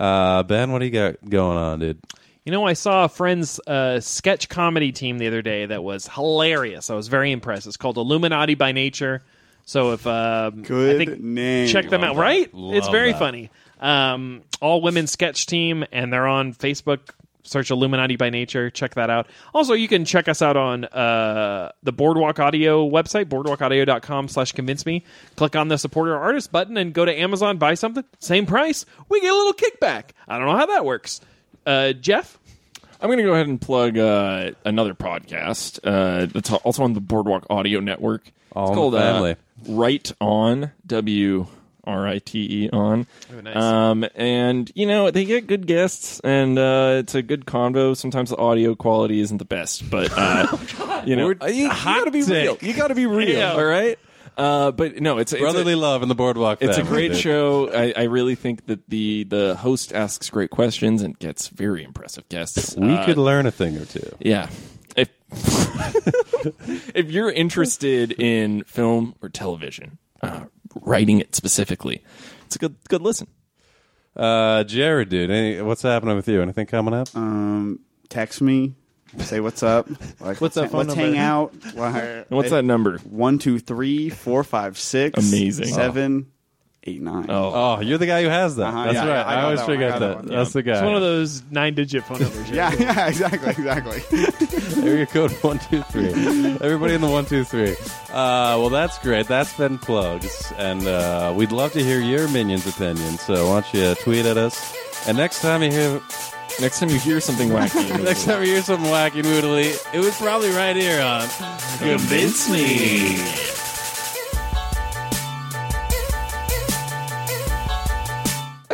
it. Uh, ben, what do you got going on, dude? You know, I saw a friend's uh, sketch comedy team the other day that was hilarious. I was very impressed. It's called Illuminati by Nature. So if um, Good I think name. check them out, right? Love it's very that. funny. Um, all women sketch team, and they're on Facebook. Search Illuminati by Nature. Check that out. Also, you can check us out on uh, the Boardwalk Audio website, boardwalkaudio.com slash convince me. Click on the support our artist button and go to Amazon, buy something. Same price. We get a little kickback. I don't know how that works. Uh, Jeff? I'm going to go ahead and plug uh, another podcast uh, that's also on the Boardwalk Audio Network. All in it's the called uh, family. Right On W R I T E On. Oh, nice. Um, and you know they get good guests, and uh, it's a good convo. Sometimes the audio quality isn't the best, but uh, you know We're- uh, you, you got to be take. real. You got to be real. Yeah. All right. Uh, but no, it's it's a- Brotherly love in the boardwalk. it's a family, great dude. show. I, I really think that the the host asks great questions and gets very impressive guests. We Uh, could learn a thing or two. yeah. If if you're interested in film or television, uh, writing it specifically, it's a good good listen. Uh, Jared, dude, any, what's happening with you? Anything coming up? Um, text me, say what's up. What's Like, what's that up? phone Let's number? hang out. Why- And what's that number? One, two, three, four, five, six. Amazing. Seven, eight, nine. oh, you're the guy who has that. Uh-huh, That's yeah, right. yeah, I I, got always that one. I forget got that. that one, yeah. That's the guy. It's one of those nine digit phone numbers. Yeah, yeah, exactly, exactly. Area code one two three. Everybody in the one two three. Uh, well, that's great. That's been plugs, and uh, we'd love to hear your minions' opinion. So why don't you tweet at us? And next time you hear Next time you hear something wacky, next time you hear something wacky and noodly, it was probably right here on. convince me.